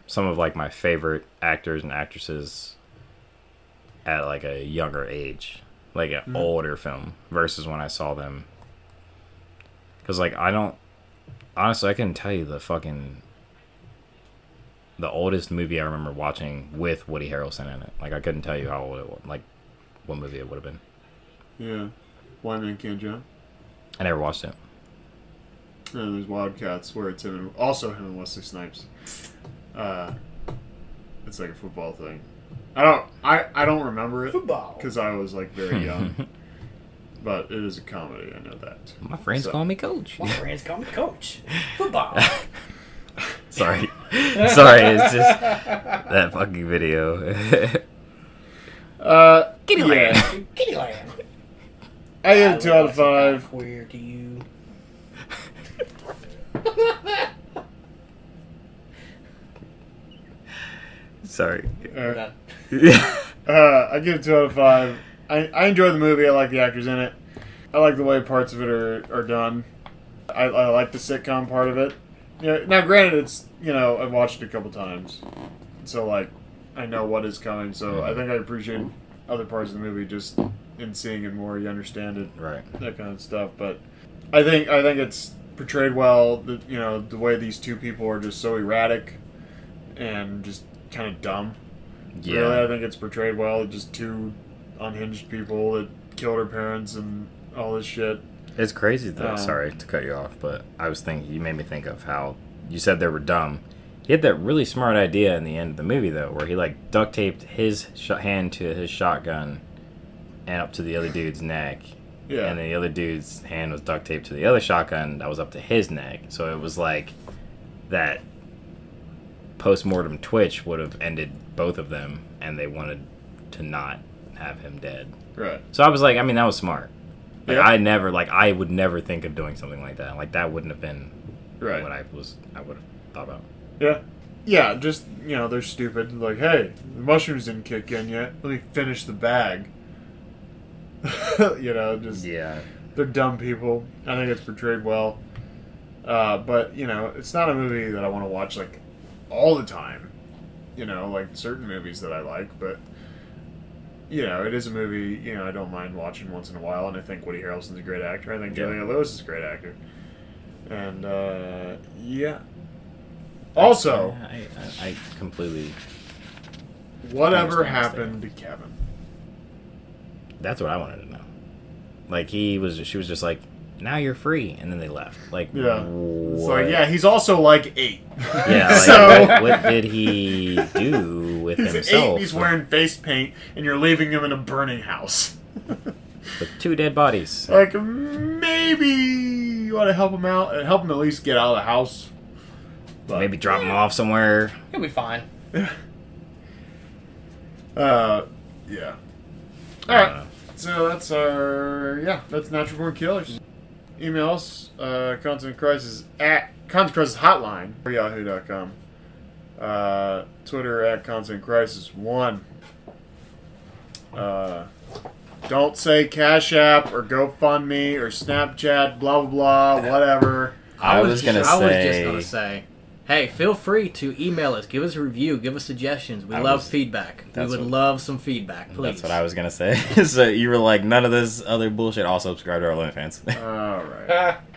B: some of like my favorite actors and actresses at like a younger age, like an older film versus when I saw them. Because like I don't honestly I couldn't tell you the fucking the oldest movie I remember watching with Woody Harrelson in it. Like I couldn't tell you how old it was, like what movie it would have been.
A: Yeah. Why man can't jump?
B: I never watched it.
A: And there's Wildcats where it's him and, also him and Wesley Snipes. Uh, it's like a football thing. I don't I, I don't remember it
F: Football.
A: because I was like very young. but it is a comedy. I know that.
B: My friends
A: So-
B: call me Coach.
F: friends call me coach. Football.
B: Sorry. Sorry, it's just that fucking video.
A: Uh,
B: Kitty
A: yeah.
F: Kitty land.
A: I give it two out of five.
F: Where do you?
B: Sorry.
A: Uh,
F: That
A: Uh, I give it two out of five. I, I enjoy the movie. I like the actors in it. I like the way parts of it are, are done. I, I like the sitcom part of it. You know, now, granted, it's you know I've watched it a couple times, so like I know what is coming. So I think I appreciate other parts of the movie just in seeing it more. You understand it,
B: Right.
A: that kind of stuff. But I think I think it's portrayed well. The, you know the way these two people are just so erratic and just kind of dumb.
B: Yeah.
A: Really, I think it's portrayed well. Just two unhinged people that killed her parents and all this shit.
B: It's crazy though.
A: Um,
B: Sorry to cut you off, but I was thinking you made me think of how you said they were dumb. He had that really smart idea in the end of the movie though, where he like duct taped his sh- hand to his shotgun and up to the other dude's neck.
A: Yeah.
B: And then the other dude's hand was duct taped to the other shotgun that was up to his neck. So it was like that post-mortem twitch would have ended both of them and they wanted to not have him dead.
A: right.
B: So I was like, I mean, that was smart. Like
A: Yeah.
B: I never, like I would never think of doing something like that. Like that wouldn't have been
A: Right.
B: what I was, I would have thought about.
A: yeah. Yeah. Just you know, they're stupid. Like, hey, the mushrooms didn't kick in yet. Let me finish the bag. you know, just
B: Yeah,
A: they're dumb people. I think it's portrayed well. Uh, but you know, it's not a movie that I want to watch like all the time. You know, like certain movies that I like, but you know, it is a movie. You know, I don't mind watching once in a while, and I think Woody Harrelson's a great actor. I think
B: Yeah.
A: Julia Lewis is a great actor, and uh, yeah. Also,
B: I, I, I completely.
A: whatever
B: I understand
A: happened to Kevin?
B: That's what I wanted to know. Like he was, she was just like, now you're free, and then they left. Like
A: Yeah.
B: what?
A: It's like, yeah, he's also like eight.
B: yeah. Like,
A: So-
B: what, what did he do with
A: He's
B: himself?
A: eight. He's wearing face paint, and you're leaving him in a burning house.
B: with two dead bodies.
A: Like maybe you want to help him out and help him at least get out of the house. But,
B: Maybe drop him off somewhere.
F: He'll be fine.
A: Uh, yeah. All
B: I
A: right.
B: don't know.
A: So that's our yeah. That's natural born killers. Email us uh, constant crisis at constant crisis hotline or yahoo.com. Uh, Twitter at constant crisis one. Uh, don't say Cash App or GoFundMe or Snapchat. Blah blah blah. Whatever.
B: I was gonna
F: I was just
B: say-
F: gonna say, hey, feel free to email us, give us a review, give us suggestions. We
B: I
F: love
B: was-
F: feedback. We
B: that's
F: would
B: what-
F: love some feedback, please.
B: That's what I was gonna say. so you were like, none of this other bullshit. Also subscribe to our OnlyFans.
A: All right.